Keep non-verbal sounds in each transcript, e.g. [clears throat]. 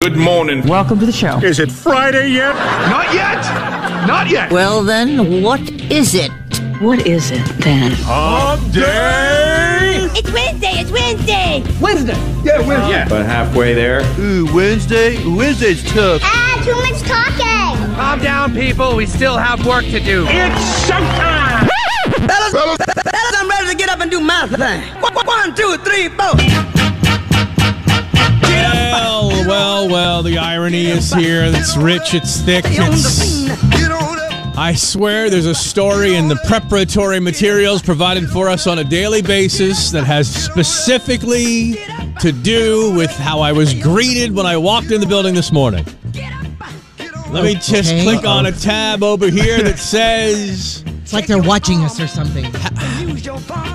Good morning. Welcome to the show. Is it Friday yet? Not yet. Not yet. Well, then, what is it? What is it then? Hump day. It's Wednesday. It's Wednesday. Yeah. But halfway there. Ooh, Wednesday? Wednesday's tough. Ah, too much talking. Calm down, people. We still have work to do. It's showtime. Fellas, I'm ready to get up and do my thing. One, one two, three, four. Well, well, well, the irony is here. It's rich, it's thick, it's. I swear there's a story in the preparatory materials provided for us on a daily basis that has specifically to do with how I was greeted when I walked in the building this morning. Let me just Okay. click on a tab over here that says. It's like they're watching us or something.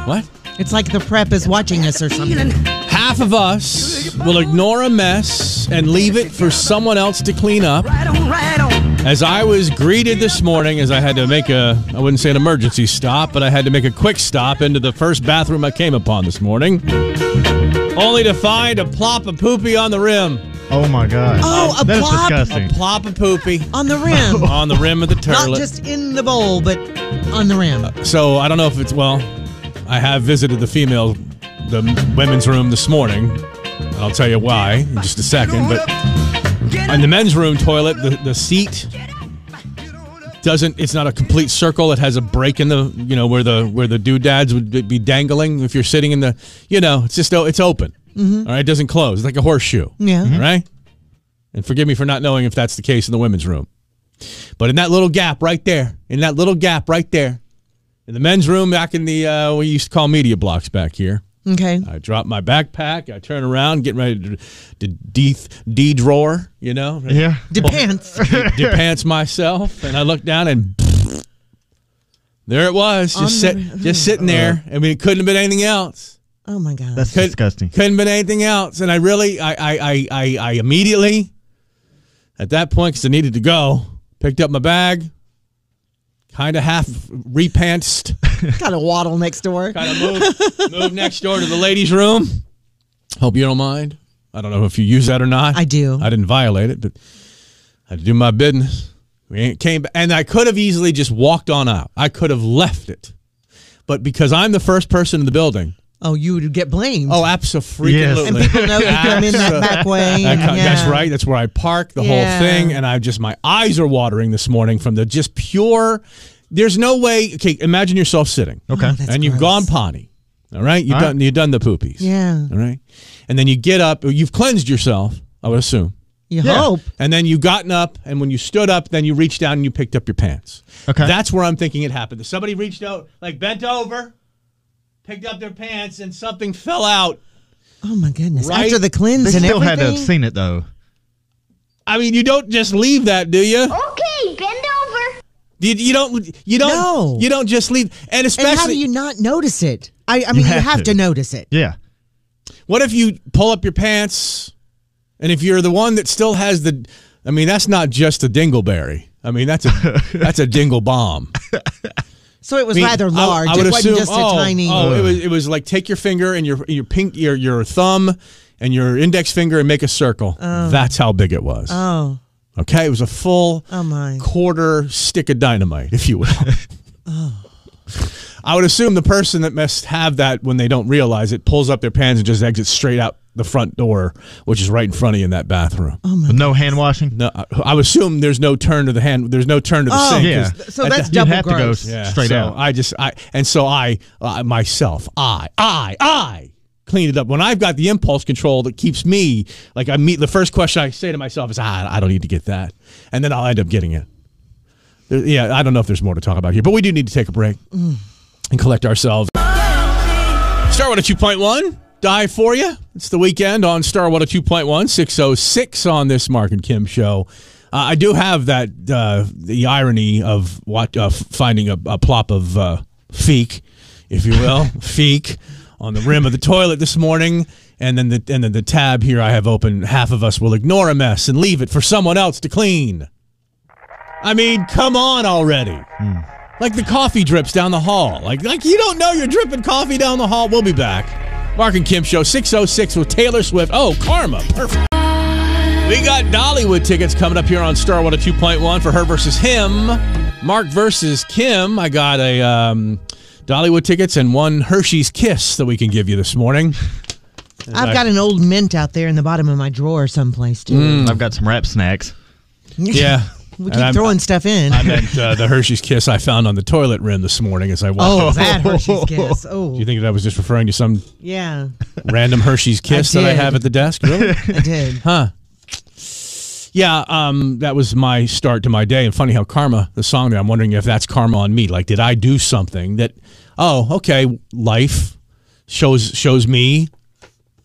What? It's like the prep is watching us or something. Half of us will ignore a mess and leave it for someone else to clean up. Right on, right on. As I was greeted this morning, as I had to make a, I wouldn't say an emergency stop, but I had to make a quick stop into the first bathroom I came upon this morning, only to find a plop of poopy on the rim. Oh my god. Oh, a That is plop disgusting. Plop of poopy on [laughs] the rim. on the rim of the turlet. Not just in the bowl, but on the rim. So I don't know if it's well. I have visited the female, the women's room this morning. And I'll tell you why in just a second. But in the men's room toilet, the, the seat doesn't. It's not a complete circle. It has a break in the you know where the where the doodads would be dangling if you're sitting in the you know it's just o- it's open. All right, it doesn't close. It's like a horseshoe. Yeah. All right. And forgive me for not knowing if that's the case in the women's room. But in that little gap right there, in that little gap right there, in the men's room back in the, uh, we used to call media blocks back here, Okay. I drop my backpack, I turn around, getting ready to, to de, de drawer, you know, Yeah. [laughs] Depends. de pants myself. And I look down and there it was, just, On sit, the- hmm. Uh-huh. just sitting there. I mean, it couldn't have been anything else. Oh my God. That's Could- disgusting. Couldn't been anything else. And I really, I, I, I, I, I immediately, at that point, because I needed to go, picked up my bag, kind of half repantsed, Got a waddle next door. kind of moved, moved next door to the ladies' room. Hope you don't mind. I don't know if you use that or not. I do. I didn't violate it, but I had to do my business. We ain't came, ba- and I could have easily just walked on out. I could have left it, but because I'm the first person in the building. Oh, you would get blamed. Oh, absolutely. Yes. And people know you come in that back way. That and co- That's yeah. right. That's where I park the Yeah. whole thing, and I just my eyes are watering this morning from the just pure. There's no way. Okay, imagine yourself sitting, Okay. Oh, that's and you've gone gross. potty. All right, you've All right. done you've done the poopies. Yeah. All right, and then you get up. You've cleansed yourself, I would assume. You hope. And then you gotten up, and when you stood up, then you reached down and you picked up your pants. Okay. That's where I'm thinking it happened. Somebody reached out, like bent over, picked up their pants, and something fell out. Oh my goodness. Right? After the cleanse They and still everything. had to have seen it though. I mean, you don't just leave that, do you? Okay, bend over. You, you don't. You don't. No. You don't just leave. And especially, and how do you not notice it? I, I mean, you have, have to. to. notice it. Yeah. what if you pull up your pants, and if you're the one that still has the, I mean, that's not just a dingleberry. I mean, that's a that's a dingle bomb. So it was I mean, rather I- large. I, would it wasn't assume. just a oh, tiny. oh, it was it was like take your finger and your your pink your your thumb and your index finger and make a circle. That's how big it was. oh, okay, it was a full. oh my. quarter stick of dynamite, if you will. [laughs] I would assume the person that must have that when they don't realize it pulls up their pants and just exits straight out the front door, which is right in front of you in that bathroom. Oh, No hand washing. No, I, I would assume there's no turn to the hand. There's no turn to the Oh, sink. yeah. 'cause So at that's the- double you have gross. to go yeah, s- straight so out. I just I and so I uh, myself I I I clean it up when I've got the impulse control that keeps me like I meet the first question I say to myself is ah, I don't need to get that and then I'll end up getting it. There- yeah, I don't know if there's more to talk about here, but we do need to take a break and collect ourselves. Star Starwater 2.1, die for you. It's the weekend on Starwater 2.1, 606 on this Mark and Kim show. Uh, I do have that, uh, the irony of what, uh, f- finding a, a plop of uh, feek, if you will, feek on the rim of the toilet this morning. And then the, and then the tab here I have open, half of us will ignore a mess and leave it for someone else to clean. I mean, come on already. Like the coffee drips down the hall. Like like you don't know you're dripping coffee down the hall. We'll be back. Mark and Kim show 606 with Taylor Swift. Oh, karma. Oh, Perfect. We got Dollywood tickets coming up here on Star 102.1 for her versus him. Mark versus Kim. I got a um, Dollywood tickets and one Hershey's Kiss that we can give you this [laughs] morning. I've got an old mint out there in the bottom of my drawer someplace too. I've got some wrap snacks. Mm, Yeah. [laughs] we And keep I'm- throwing stuff in. I meant uh, the Hershey's Kiss I found on the toilet rim this morning as I walked. [laughs] oh, up. that Hershey's kiss. Oh, Do you think that I was just referring to some yeah, random Hershey's Kiss that I did. have at the desk? Really? I did. [laughs] Huh. Yeah, um, that was my start to my day. And funny how karma, the song there, I'm wondering if that's karma on me. Like, did I do something that, oh, okay, life shows shows me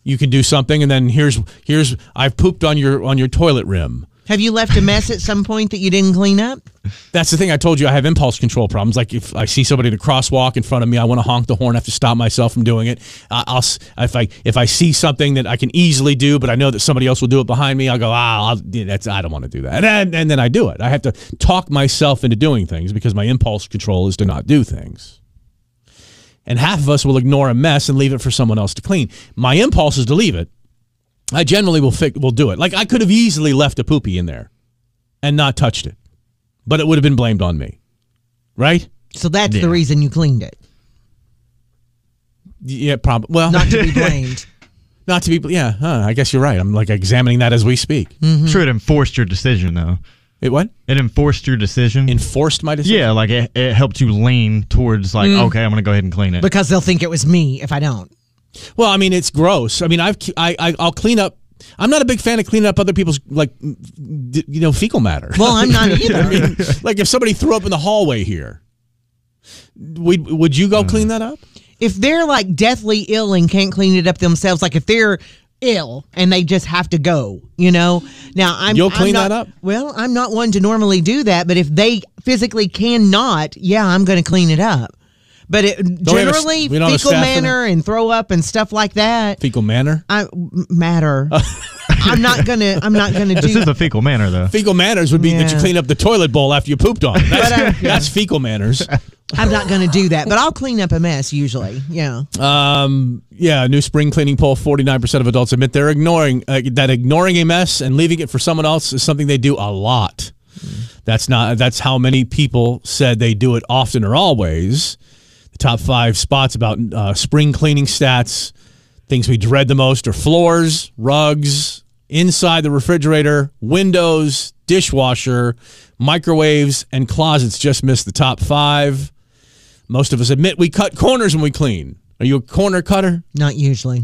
you can do something, and then here's here's I've pooped on your on your toilet rim. Have you left a mess at some point that you didn't clean up? That's the thing I told you I have impulse control problems. Like if I see somebody in a crosswalk in front of me, I want to honk the horn. I have to stop myself from doing it. I I'll s- if I if I see something that I can easily do, but I know that somebody else will do it behind me, I'll go ah I'll, yeah, that's I don't want to do that, and then, and then I do it. I have to talk myself into doing things because my impulse control is to not do things. And half of us will ignore a mess and leave it for someone else to clean. My impulse is to leave it. I generally will fi- will do it. Like I could have easily left a poopy in there and not touched it but it would have been blamed on me, right? So that's Yeah. the reason you cleaned it, Yeah, probably. Well, not to [laughs] be blamed. not to be. Yeah, huh, I guess you're right. I'm like examining that as we speak. Hmm. Mm-hmm. I'm sure it enforced your decision though. It what It enforced your decision. enforced my decision? yeah, like it, it helped you lean towards like, Mm. okay, I'm gonna go ahead and clean it. because they'll think it was me if I don't. Well, I mean, it's gross. I mean, I've I, I I'll clean up. I'm not a big fan of cleaning up other people's like d- you know fecal matter. Well, I'm not either. I mean, [laughs] like if somebody threw up in the hallway here, would would you Hmm. go clean that up? if they're like deathly ill and can't clean it up themselves, like if they're ill and they just have to go, you know. Now I'm You'll I'm clean not- that up? Well, I'm not one to normally do that, but if they physically cannot, yeah, I'm going to clean it up. But it, we have a s- generally, we don't have a fecal staff in manner and throw up and stuff like that, Fecal matter. I m- [laughs] matter. I'm not gonna. I'm not gonna this do. is a fecal manner though. Fecal manners would be that you Yeah. clean up the toilet bowl after you pooped [laughs] on. it. That's, But, uh, that's fecal manners. I'm not gonna do that. But I'll clean up a mess usually. Yeah. Um, yeah, a new spring cleaning poll: forty-nine percent of adults admit they're ignoring uh, that ignoring a mess and leaving it for someone else is something they do a lot. That's not. That's how many people said they do it often or always. The top five spots about uh, spring cleaning stats: things we dread the most are floors, rugs, inside the refrigerator, windows, dishwasher, microwaves, and closets. Just missed the top five. Most of us admit we cut corners when we clean. Are you a corner cutter? Not usually.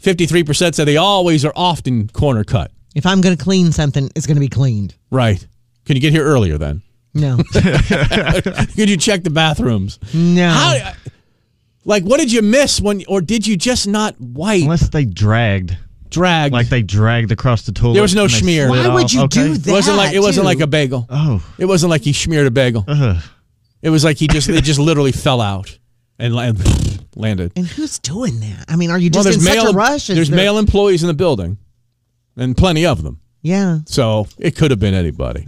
53% say they always or often corner cut. If I'm gonna clean something, it's gonna be cleaned. Right. Can you get here earlier then? [laughs] No. Could you check the bathrooms? No. How, uh, like, what did you miss when, or did you just not wipe, Unless they dragged. drag? Like they dragged across the toilet. There was no and they schmear. slid Why would off. you Okay. do it that? wasn't like it wasn't too? like a bagel. Oh. It wasn't like he smeared a bagel. Uh-huh. Ugh. It was like he just it just literally fell out and [laughs] la- landed. And who's doing that? I mean, are you Well, just there's in male such a rush? Is there's there- male employees in the building, and plenty of them. Yeah. So it could have been anybody.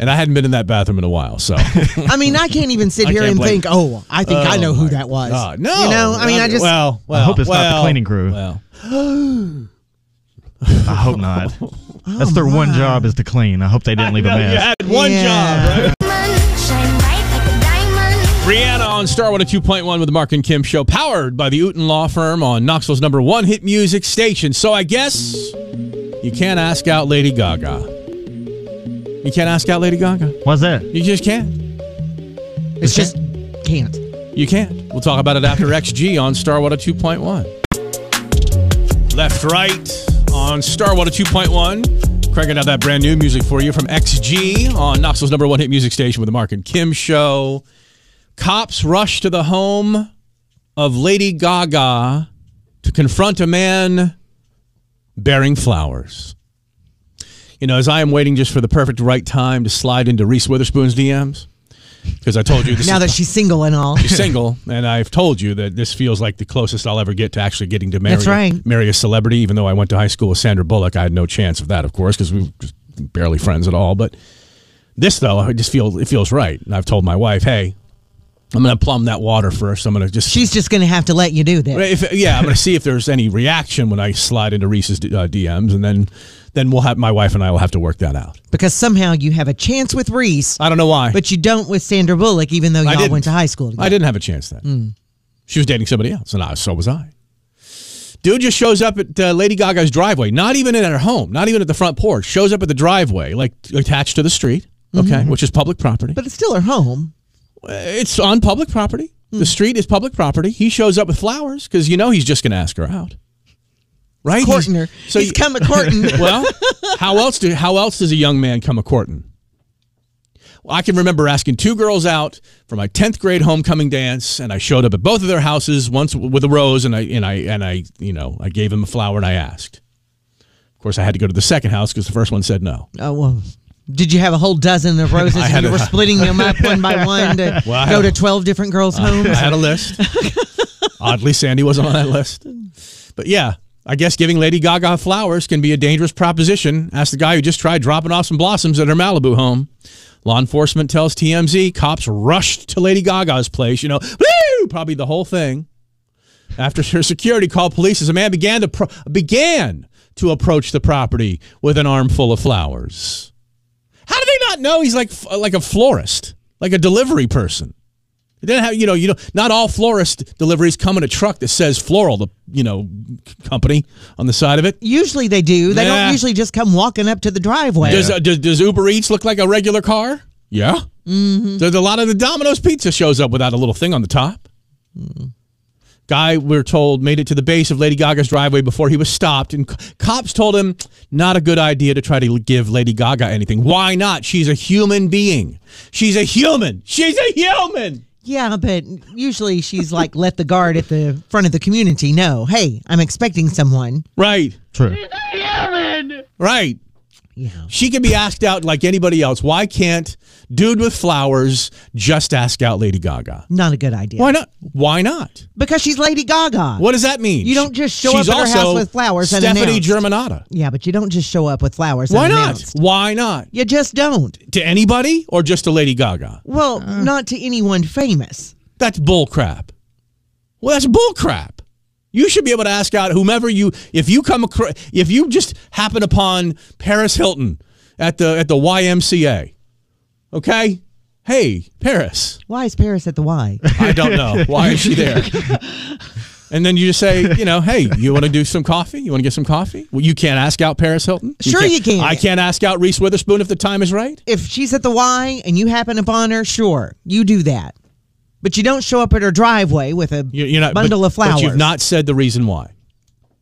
And I hadn't been in that bathroom in a while. [laughs] So I mean, I can't even sit I here can't and blame think, you. oh, I think I know who that was. God, no. You know, I mean, I just. Well, well I hope it's not the well, cleaning crew. Well, I hope [laughs] not. That's their one job is to clean. Oh, I hope they didn't leave a No, you mess. had one Yeah. job, right? Shine bright like a diamond. Rihanna on Star 102.1 with the Mark and Kim show, powered by the Uton Law Firm on Knoxville's number one hit music station. So I guess you can't ask out Lady Gaga. You can't ask out Lady Gaga. What's that? You just can't. It's just can't. You can't. We'll talk about it after [laughs] XG on Star 102.1. Left, right on Star 102.1. Cranking out that brand new music for you from XG on Knoxville's number one hit music station with the Mark and Kim show. Cops rush to the home of Lady Gaga to confront a man bearing flowers. You know, as I am waiting just for the perfect right time to slide into Reese Witherspoon's DMs, because I told you this Now is that she's single and [laughs] all. She's single, and I've told you that this feels like the closest I'll ever get to actually getting to marry, That's right. marry a celebrity. Even though I went to high school with Sandra Bullock, I had no chance of that, of course, because we were just barely friends at all. But this, though, I just feel it feels right. And I've told my wife, hey, I'm gonna plumb that water first. I'm gonna just She's just going to have to let you do [laughs] this. If, yeah, I'm gonna see if there's any reaction when I slide into Reese's uh, DMs, and then then we'll have my wife and I will have to work that out. Because somehow you have a chance with Reese, I don't know why, but you don't with Sandra Bullock, even though I y'all didn't. went to high school together. Mm. I didn't have a chance then. She was dating somebody else, and I, so was I. Dude just shows up at uh, Lady Gaga's driveway, not even at her home, not even at the front porch. Shows up at the driveway, like attached to the street, okay, which is public property. Mm-hmm. Uh, But it's still her home. it's on public property. Mm. The street is public property. He shows up with flowers because you know he's just going to ask her out, right? Courting her. So He's you- come a courting. [laughs] well, how else do how else does a young man come a courting? Well, I can remember asking two girls out for my tenth grade homecoming dance, and I showed up at both of their houses once with a rose, and I and I and I you know I gave them a flower and I asked. Of course, I had to go to the second house because the first one said no. oh, well. Did you have a whole dozen of [laughs] roses I and had you a- were splitting them up [laughs] one by one to Well, I go had to a- 12 [laughs] different girls' homes? I had a list. Oddly, Sandy wasn't on that list. But yeah, I guess giving Lady Gaga flowers can be a dangerous proposition. Ask the guy who just tried dropping off some blossoms at her Malibu home. Law enforcement tells TMZ cops rushed to Lady Gaga's place, you know, woo, probably the whole thing. After her security called police, as a man began to pro- began to approach the property with an armful of flowers. How do they not know he's like f- like a florist, like a delivery person? It doesn't have, you know, you know, not all florist deliveries come in a truck that says floral, the you know, c- company on the side of it. Usually they do. They Yeah. don't usually just come walking up to the driveway. Does, uh, does does Uber Eats look like a regular car? Yeah. There's a lot of the Domino's pizza shows up without a little thing on the top. Mm-hmm. Guy, we're told, made it to the base of Lady Gaga's driveway before he was stopped, and c- cops told him not a good idea to try to give Lady Gaga anything. Why not? She's a human being. She's a human. She's a human. yeah, but usually she's like, let the guard at the front of the community know, hey, I'm expecting someone. Right. True. Right. Yeah. She can be asked out like anybody else. Why can't dude with flowers just ask out Lady Gaga? Not a good idea. Why not? Why not? Because she's Lady Gaga. What does that mean? You don't just show She's up at her also house with flowers and Stephanie announce. Germanata. Yeah, but you don't just show up with flowers. Why not? unannounced. Why not? You just don't. To anybody or just to Lady Gaga? Well, Uh. not to anyone famous. That's bull crap. Well, that's bull crap. You should be able to ask out whomever you if you come across if you just happen upon Paris Hilton at the at the YMCA. Okay? Hey, Paris. Why is Paris at the Y? I don't know. Why [laughs] is she there? And then you just say, you know, hey, you want to do some coffee? You want to get some coffee? Well, you can't ask out Paris Hilton. Sure can't- you can. I can't ask out Reese Witherspoon if the time is right. if she's at the Y and you happen upon her, sure, you do that. But you don't show up at her driveway with a You- You're not but- bundle of flowers But you've not said the reason why.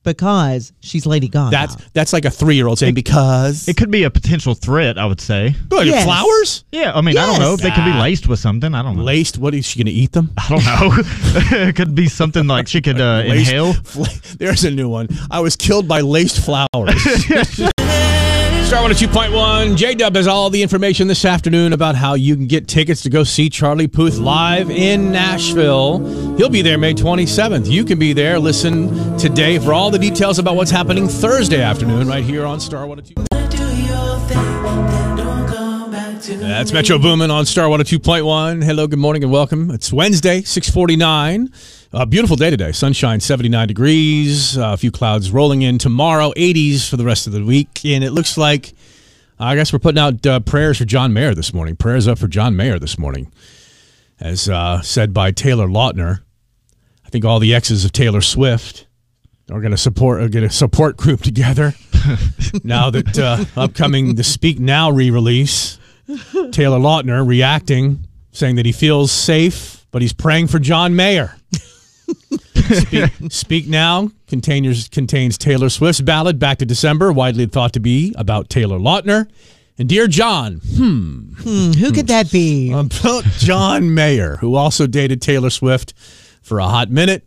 because she's Lady Gaga. That's that's like a three year old saying because It could be a potential threat, I would say. Well, your Yes. flowers Yeah, I mean, I don't know. Yes. They could be laced with something. I don't know. laced. What is she going to eat them? I don't [laughs] know. it could be something like she could uh, Laced- [laughs] inhale. fla- There's a new one. I was killed by laced flowers. Star one two point one. J Dub has all the information this afternoon about how you can get tickets to go see Charlie Puth live in Nashville. He'll be there May 27th. You can be there. Listen today for all the details about what's happening Thursday afternoon right here on Star one two. That's Metro Boomin on Star 102.1. Hello, good morning, and welcome. It's Wednesday, 649. A beautiful day today. Sunshine, 79 degrees. uh, A few clouds rolling in tomorrow, 80s for the rest of the week. And it looks like, I guess we're putting out uh, prayers for John Mayer this morning. Prayers up for John Mayer this morning. As uh, said by Taylor Lautner, I think all the exes of Taylor Swift are going to support, are going to support group together now that uh, upcoming the Speak Now re-release. Taylor Lautner reacting, saying that he feels safe, but he's praying for John Mayer. Speak, Speak Now contains, contains Taylor Swift's ballad Back to December, widely thought to be about Taylor Lautner. And Dear John, Who could that be? about Uh, John Mayer, who also dated Taylor Swift for a hot minute.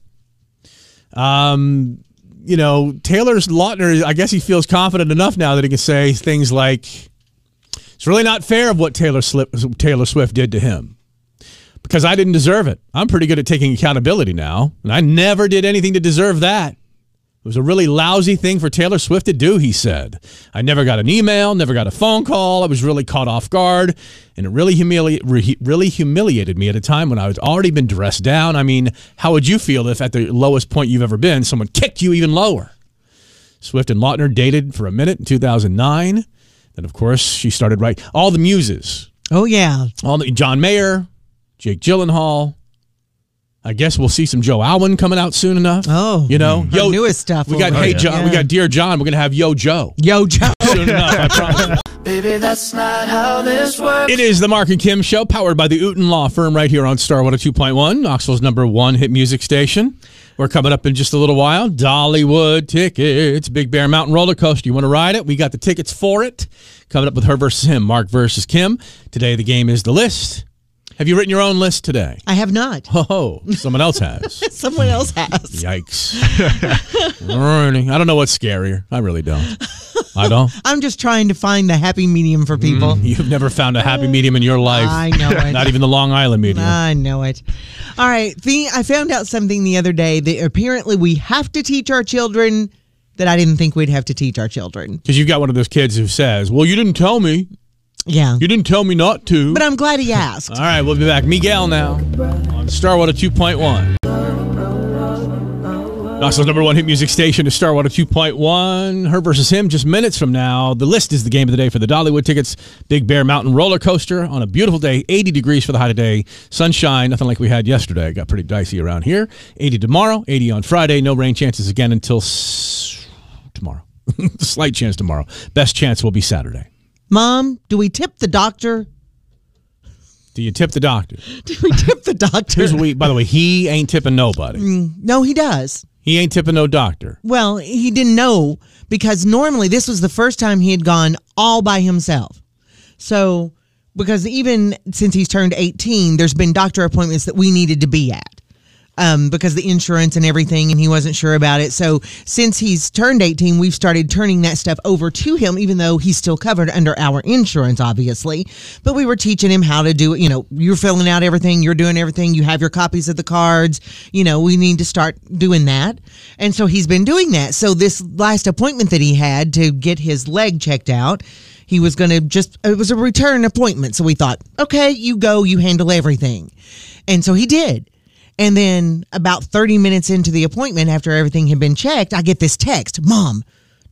Um, you know, Taylor's Lautner, I guess he feels confident enough now that he can say things like, it's really not fair of what Taylor, Slip, Taylor Swift did to him because I didn't deserve it. I'm pretty good at taking accountability now, and I never did anything to deserve that. It was a really lousy thing for Taylor Swift to do, he said. I never got an email, never got a phone call. I was really caught off guard, and it really, humili- re- really humiliated me at a time when I had already been dressed down. I mean, how would you feel if at the lowest point you've ever been, someone kicked you even lower? Swift and Lautner dated for a minute in 2009. Then, of course, she started writing all the muses. Oh yeah. All the, John Mayer, Jake Gyllenhaal. I guess we'll see some Joe Alwin coming out soon enough. Oh, you know, her newest stuff We got over Hey there. John. We Yeah. got Dear John. We're gonna have Yo Joe Yo, Joe. [laughs] soon enough. I promise. you. Baby, that's not how this works. [laughs] It is the Mark and Kim show, powered by the Uten Law Firm, right here on Star 102.1, Knoxville's number one hit music station. We're coming up in just a little while. Dollywood tickets, Big Bear Mountain roller coaster. You want to ride it? We got the tickets for it. Coming up with her versus him, Mark versus Kim. Today the game is the list. Have you written your own list today? I have not. Oh, someone else has. [laughs] [laughs] Someone else has. Yikes. [laughs] Alrighty. I don't know what's scarier. I really don't. I don't. I'm just trying to find the happy medium for people. You've never found a happy medium in your life. I know [laughs] it. Not even the Long Island medium. I know it. All right. The, I found out something the other day that apparently we have to teach our children that I didn't think we'd have to teach our children. Because you've got one of those kids who says, Well, you didn't tell me. Yeah. You didn't tell me not to. But I'm glad he asked. All right, we'll be back. Miguel now on Starwater 2.1. Knoxville's number one hit music station is Starwater 2.1. Her versus him just minutes from now. The list is the game of the day for the Dollywood tickets. Big Bear Mountain roller coaster on a beautiful day. 80 degrees for the high today. Sunshine, nothing like we had yesterday. It got pretty dicey around here. 80 tomorrow, 80 on Friday. No rain chances again until s- tomorrow. [laughs] Slight chance tomorrow. Best chance will be Saturday. Mom, do we tip the doctor? [laughs] Do you tip the doctor? Do we tip the doctor? Here's what we, by the way, he ain't tipping nobody. No, he does. He ain't tipping no doctor. Well, he didn't know because normally this was the first time he had gone all by himself. So, because even since he's turned 18, there's been doctor appointments that we needed to be at um, because the insurance and everything, and he wasn't sure about it. So, since he's turned 18, we've started turning that stuff over to him, even though he's still covered under our insurance, obviously. But we were teaching him how to do it. You know, you're filling out everything, you're doing everything, you have your copies of the cards. You know, we need to start doing that. And so, he's been doing that. So, this last appointment that he had to get his leg checked out, he was going to just it was a return appointment so we thought okay you go you handle everything and so he did and then about 30 minutes into the appointment after everything had been checked i get this text mom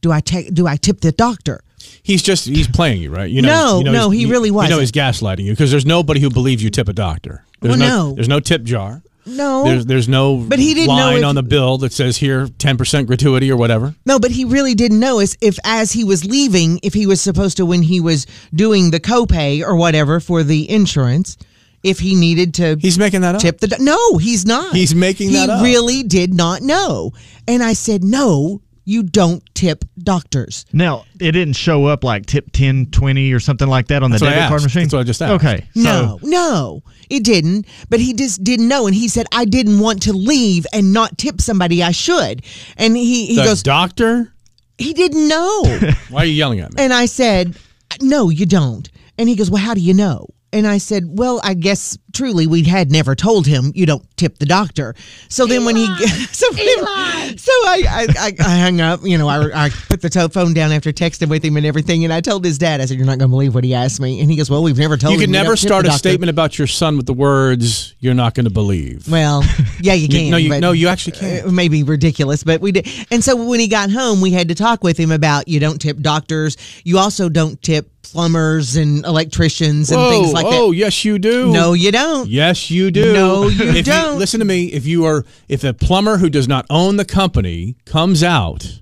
do i te- do i tip the doctor He's just he's playing you, right? You No, you no, he's- he really You know wasn't. he's gaslighting you because there's nobody who believes you tip a doctor. There's Well, no. There's no tip jar. no There's there's no But he didn't know line if- on the bill that says here ten percent gratuity or whatever. No, but he really didn't know is if as he was leaving, if he was supposed to when he was doing the copay or whatever for the insurance, if he needed to He's making that up. tip the do- No, he's not. He's making he that up. He really did not know. And I said, "No, you don't tip doctors." Now, it didn't show up like tip 10, 20 or something like that on That's the what I debit card asked. machine? That's what I just asked. Okay. So, No, no, it didn't. But he just didn't know, and he said, "I didn't want to leave and not tip somebody. I should." And he he the goes, doctor? "He [laughs] didn't know." Why are you yelling at me? And I said, No, you don't. And he goes, Well, how do you know? And I said, Well, I guess truly we had never told him you don't tip the doctor. So then when he, [laughs] so, Eli. so I, I, I, I hung up, you know, I, I put the to- phone down after texting with him and everything. And I told his dad, I said, You're not going to believe what he asked me. And he goes, Well, we've never told you him. can never don't tip start the a doctor." statement about your son with the words "You're not going to believe." [laughs] Well, yeah, you You- can. no, you but- no, you actually can't. it may be ridiculous, but we did. And so when he got home, we had to talk with him about you don't tip doctors, you also don't tip plumbers and electricians and Whoa, things like oh, that. yes, you do. No, you don't. Yes, you do. No, you If don't. listen to me. If you are, if a plumber who does not own the company comes out,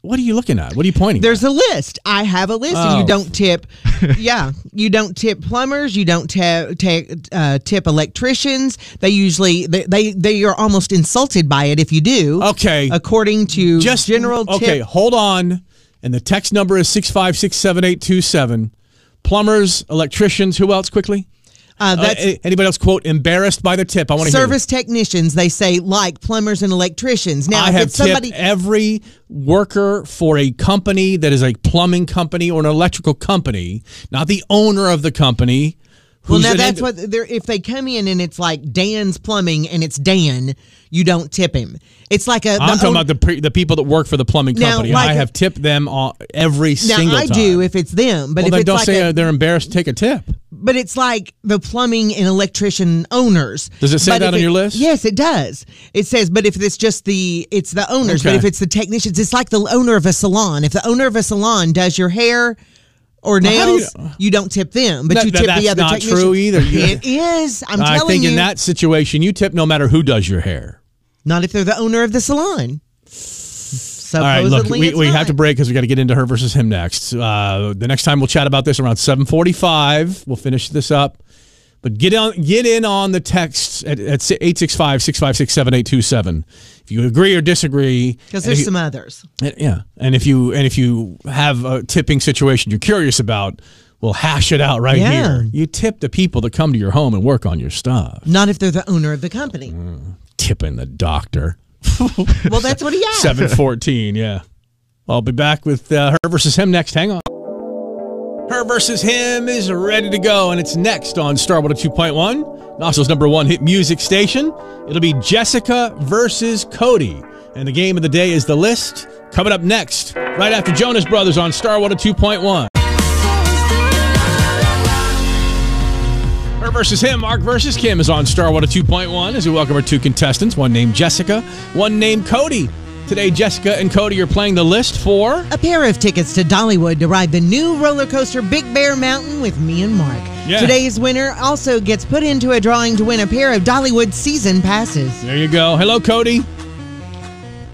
what are you looking at? What are you pointing? There's at? a list. I have a list. Oh. And you don't [laughs] tip. yeah, you don't tip plumbers. You don't ta- ta- uh, tip electricians. They usually they, they they are almost insulted by it if you do. okay. According to Just general tip. Okay, hold on. And the text number is six five six seven eight two seven. Plumbers, electricians, who else? Quickly. Uh, Uh, that's a- anybody else? Quote embarrassed by the tip. I want to service technicians they say like plumbers and electricians now I if have it's somebody tipped every worker for a company that is a plumbing company or an electrical company, not the owner of the company, Well, who's now an that's indi- what they're. If they come in and it's like Dan's plumbing and it's Dan, you don't tip him. It's like a. I'm the talking own- about the pre- the people that work for the plumbing Now, company. like- I have tipped them on every Now single I time. do if it's them, but well, if then it's don't like say a- uh, they're embarrassed to take a tip. but it's like the plumbing and electrician owners. Does it say But that if on your list? Yes, it does. It says, but if it's just the it's the owners, but Okay. if it's the technicians, it's like the owner of a salon. If the owner of a salon does your hair or how do you nails, you, don't tip them, but No, you no, tip that's the other. not technician. true either. You- [laughs] It is. I'm I telling think you. in that situation, you tip no matter who does your hair. Not if they're the owner of the salon. All Supposedly, right, look, we, it's we have not. to break because we got to get into her versus him next. Uh, the next time we'll chat about this around 7:45. We'll finish this up. But get on, get in on the texts at, at 865-656-7827. If you agree or disagree, because and if there's you- some others. and- yeah, and if you and if you have a tipping situation you're curious about, we'll hash it out right Yeah. here. You tip the people that come to your home and work on your stuff. Not if they're the owner of [laughs] the company. Tipping the doctor. Well, that's what he asked. 714, yeah. I'll be back with uh, Her versus Him next. Hang on. Her versus Him is ready to go, and it's next on Starwater 2.1, Knoxville's number one hit music station. It'll be Jessica versus Cody. And the game of the day is the list. Coming up next, right after Jonas Brothers on Starwater 2.1. Her versus him, Mark versus Kim is on Star Water 2.1 as we welcome our two contestants, one named Jessica, one named Cody. Today, Jessica and Cody are playing the list for. A pair of tickets to Dollywood to ride the new roller coaster Big Bear Mountain with me and Mark. Yeah. Today's winner also gets put into a drawing to win a pair of Dollywood season passes. There you go. Hello, Cody.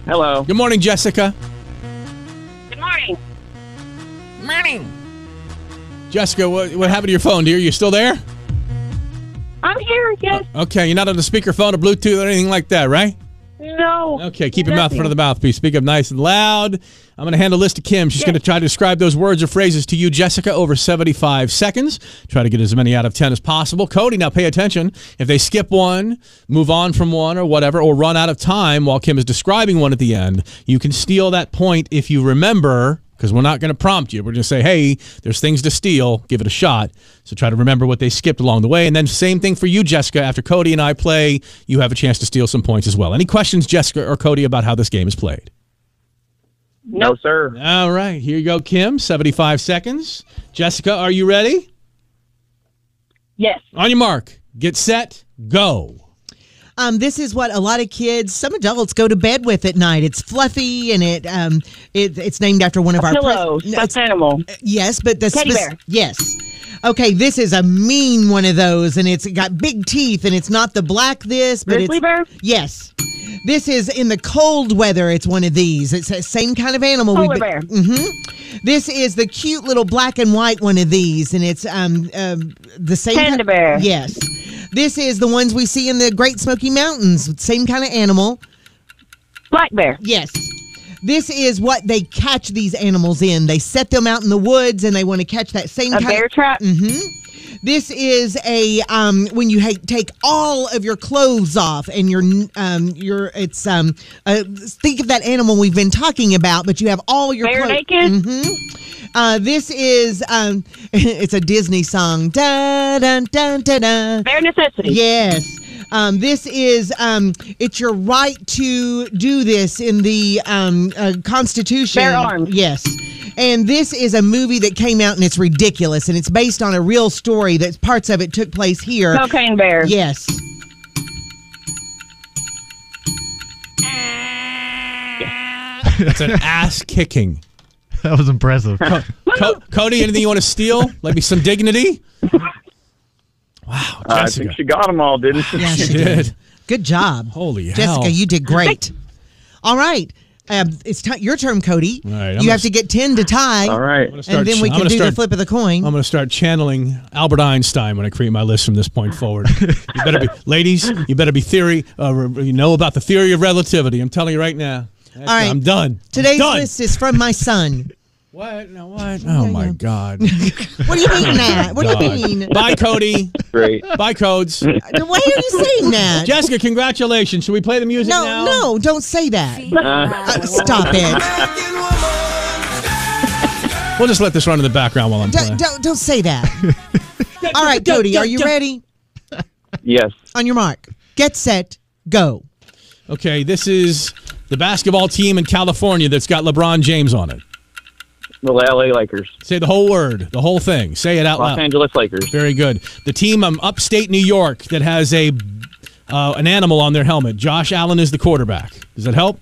Hello. Good morning, Jessica. Good morning. Jessica, what, what happened to your phone, dear? You still there? I'm here. Yes. Okay, you're not on the speakerphone or Bluetooth or anything like that, right? no. Okay, keep your mouth in front of the mouthpiece. Speak up nice and loud. I'm going to hand a list to Kim. She's going to try to describe those words or phrases to you, Jessica, over 75 seconds. Try to get as many out of 10 as possible. Cody, now pay attention. If they skip one, move on from one or whatever, or run out of time while Kim is describing one at the end, you can steal that point if you remember, because we're not going to prompt you. We're going to say, hey, there's things to steal. Give it a shot. So try to remember what they skipped along the way. And then same thing for you, Jessica. After Cody and I play, you have a chance to steal some points as well. Any questions, Jessica or Cody, about how this game is played? No, sir. All right, here you go, Kim. 75 seconds. Jessica, are you ready? Yes. On your mark, get set, go. Um, this is what a lot of kids, some adults, go to bed with at night. It's fluffy and it um, it, it's named after one of our pres- Pillow. No, stuffed animal. Yes, but the Teddy spec- bear. Yes. Okay, this is a mean one of those, and it's got big teeth, and it's not the black this, but Grizzly it's bear? Yes. This is in the cold weather. It's one of these. It's the same kind of animal. Polar we've bear. been- Mm. Mhm. This is the cute little black and white one of these, and it's um, um the same. Panda ki- bear. Yes. This is the ones we see in the Great Smoky Mountains. Same kind of animal. Black bear. Yes. This is what they catch these animals in. They set them out in the woods and they want to catch that same A kind bear trap. Mm. This is a um, when you ha- take all of your clothes off and your um, your it's um uh, think of that animal we've been talking about, but you have all your Bear clothes. naked. Mm-hmm. Uh, this is um, [laughs] it's a Disney song. Da da da da da. Bear necessity. Yes. Um, this is um, it's your right to do this in the um, uh, Constitution. Bare arms. Yes. And this is a movie that came out and it's ridiculous and it's based on a real story that parts of it took place here. Cocaine bear. Yes. That's an ass kicking. [laughs] That was impressive. Co- Cody, anything you want to steal? Like me some dignity? Wow, I Jessica. think she got them all, didn't she? Yes, she did. Good job. Holy Jessica, hell. you did great. All right. Um, it's ti your turn, Cody. All right, I'm you have gonna- to get 10 to tie. All right. Start- And then we I'm can gonna do start- the flip of the coin. I'm going to start channeling Albert Einstein when I create my list from this point forward. you better be, ladies. You better be theory. Uh, re- you know about the theory of relativity. I'm telling you right now. All right. I'm done. I'm Today's done. list is from [laughs] my son. What? No, what? Oh my [laughs] God. What do [laughs] you mean that? What do you mean? Bye, Cody. Great. Bye, [laughs] codes. Why are you [laughs] saying that? Jessica, congratulations. Should we play the music no, now? no, don't say that. Uh, stop it. We'll just let this run in the background while I'm Don't, playing. [laughs] don't, don't say that. All right, Cody, are you ready? Yes. On your mark, get set, go. Okay, this is the basketball team in California that's got LeBron James on it. The LA Lakers. Say the whole word, the whole thing. Say it out Los loud. Angeles Lakers. Very good. The team um, upstate New York that has a uh, an animal on their helmet. Josh Allen is the quarterback. Does that help?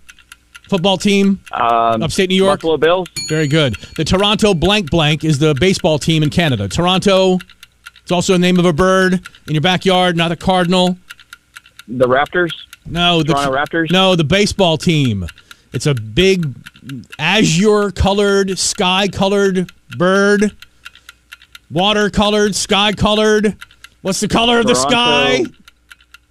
Football team, Um, upstate New York. Buffalo Bills. Very good. The Toronto blank blank is the baseball team in Canada. Toronto. It's also a name of a bird in your backyard, not a cardinal. The Raptors. No, the Toronto Raptors? No, the baseball team. It's a big azure colored, sky colored bird. Water colored, sky colored. What's the color of the sky?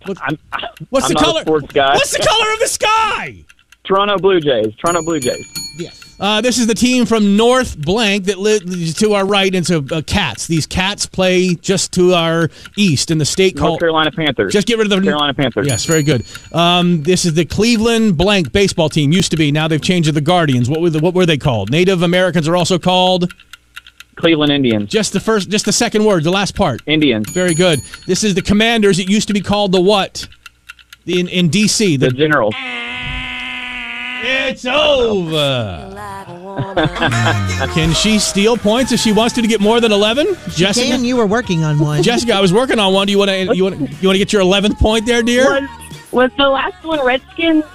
Toronto. I'm, [laughs] What's the I'm not a color? sports guy. What's the color of the sky? Toronto Blue Jays. Toronto Blue Jays. Yes. Uh, this is the team from North Blank that lives to our right, and so uh, cats. These cats play just to our east in the state North called Carolina Panthers. Just get rid of the Carolina Panthers. Yes, very good. Um, this is the Cleveland blank baseball team. Used to be. Now they've changed to the Guardians. What were the, what were they called? Native Americans are also called Cleveland Indians. just the first, just the second word, the last part. Indians. Very good. This is the Commanders. It used to be called the what? In in DC. The The, Generals. it's over. [laughs] Can she steal points if she wants to to get more than eleven? Jessica. Dan, you were working on one. Jessica, I was working on one. Do you want to you want you want to get your eleventh point there, dear? Was, was the last one Redskins?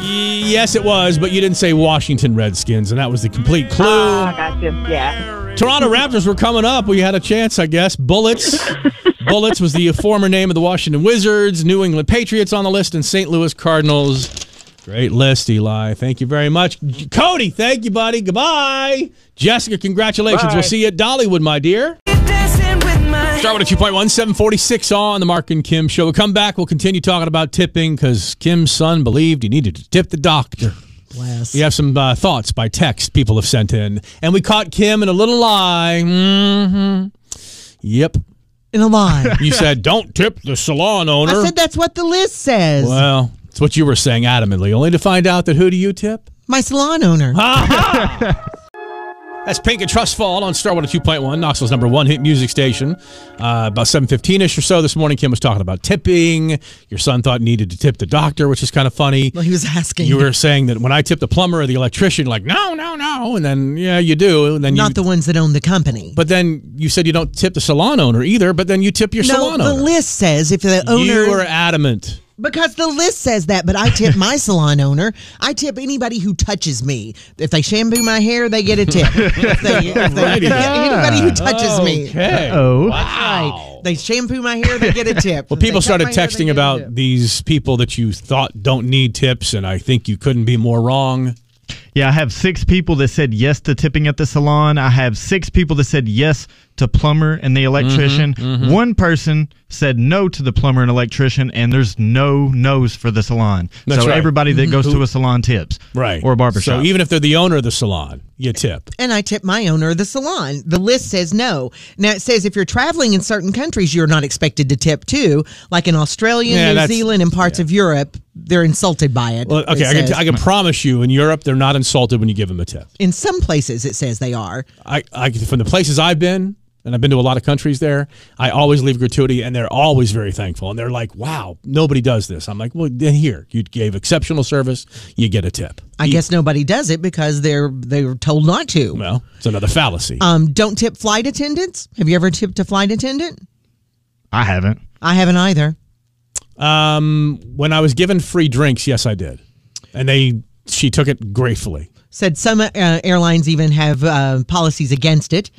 Yes, it was, but you didn't say Washington Redskins, and that was the complete clue. Ah, gotcha. Yeah. Toronto Raptors were coming up. We had a chance, I guess. Bullets. [laughs] Bullets was the former name of the Washington Wizards, New England Patriots on the list, and St. Louis Cardinals. Great list, Eli. Thank you very much. Cody, thank you, buddy. Goodbye. Jessica, congratulations. We'll see you at Dollywood, my dear. Start with a 2.1, 746 on the Mark and Kim show. We'll come back. We'll continue talking about tipping because Kim's son believed he needed to tip the doctor. Bless. We have some uh, thoughts by text people have sent in. And we caught Kim in a little lie. hmm Yep. In a line. [laughs] You said, don't tip the salon owner. I said that's what the list says. well, it's what you were saying adamantly, only to find out that who do you tip? My salon owner. That's Pink and Trust Fall on Star 102.1, Knoxville's number one hit music station. Uh, about 7.15ish or so this morning, Kim was talking about tipping. Your son thought needed to tip the doctor, which is kind of funny. Well, he was asking. You were saying that when I tip the plumber or the electrician, like, no, no, no. And then, yeah, you do. And then you not the ones that own the company. But then you said you don't tip the salon owner either, but then you tip your no, salon the owner. list says if the owner You were adamant. Because the list says that, but I tip my salon owner. I tip anybody who touches me. If they shampoo my hair, they get a tip. If they- if [laughs] they- Alrighty. anybody who touches me. Okay. Oh. Wow. They shampoo my hair, they get a tip. Well, If they people cut started my hair, they texting get a about tip. these people that you thought don't need tips, and I think you couldn't be more wrong. Yeah, I have six people that said yes to tipping at the salon. I have six people that said yes to plumber and the Mm-hmm, electrician. One person said no to the plumber and electrician, and there's no nos for the salon. That's so right. Mm-hmm. everybody that goes to a salon tips. Or a barber So shop. even if they're the owner of the salon, you tip. and I tip my owner of the salon. The list says no. Now it says if you're traveling in certain countries, you're not expected to tip too. Like in Australia, Yeah, New that's- Zealand, and parts of Europe, they're insulted by it. Well, it okay, I can, says. I can promise you in Europe, they're not insulted when you give them a tip. in some places, it says they are. I, I from the places I've been, and I've been to a lot of countries there. I always leave gratuity, and they're always very thankful. And they're like, "Wow, nobody does this." I'm like, "Well, then here, you gave exceptional service, you get a tip." I guess nobody does it because they're they're told not to. Well, it's another fallacy. Um, don't tip flight attendants. Have you ever tipped a flight attendant? I haven't. I haven't either. Um, when I was given free drinks, yes, I did, and they she took it gratefully. Said some uh, airlines even have uh, policies against it.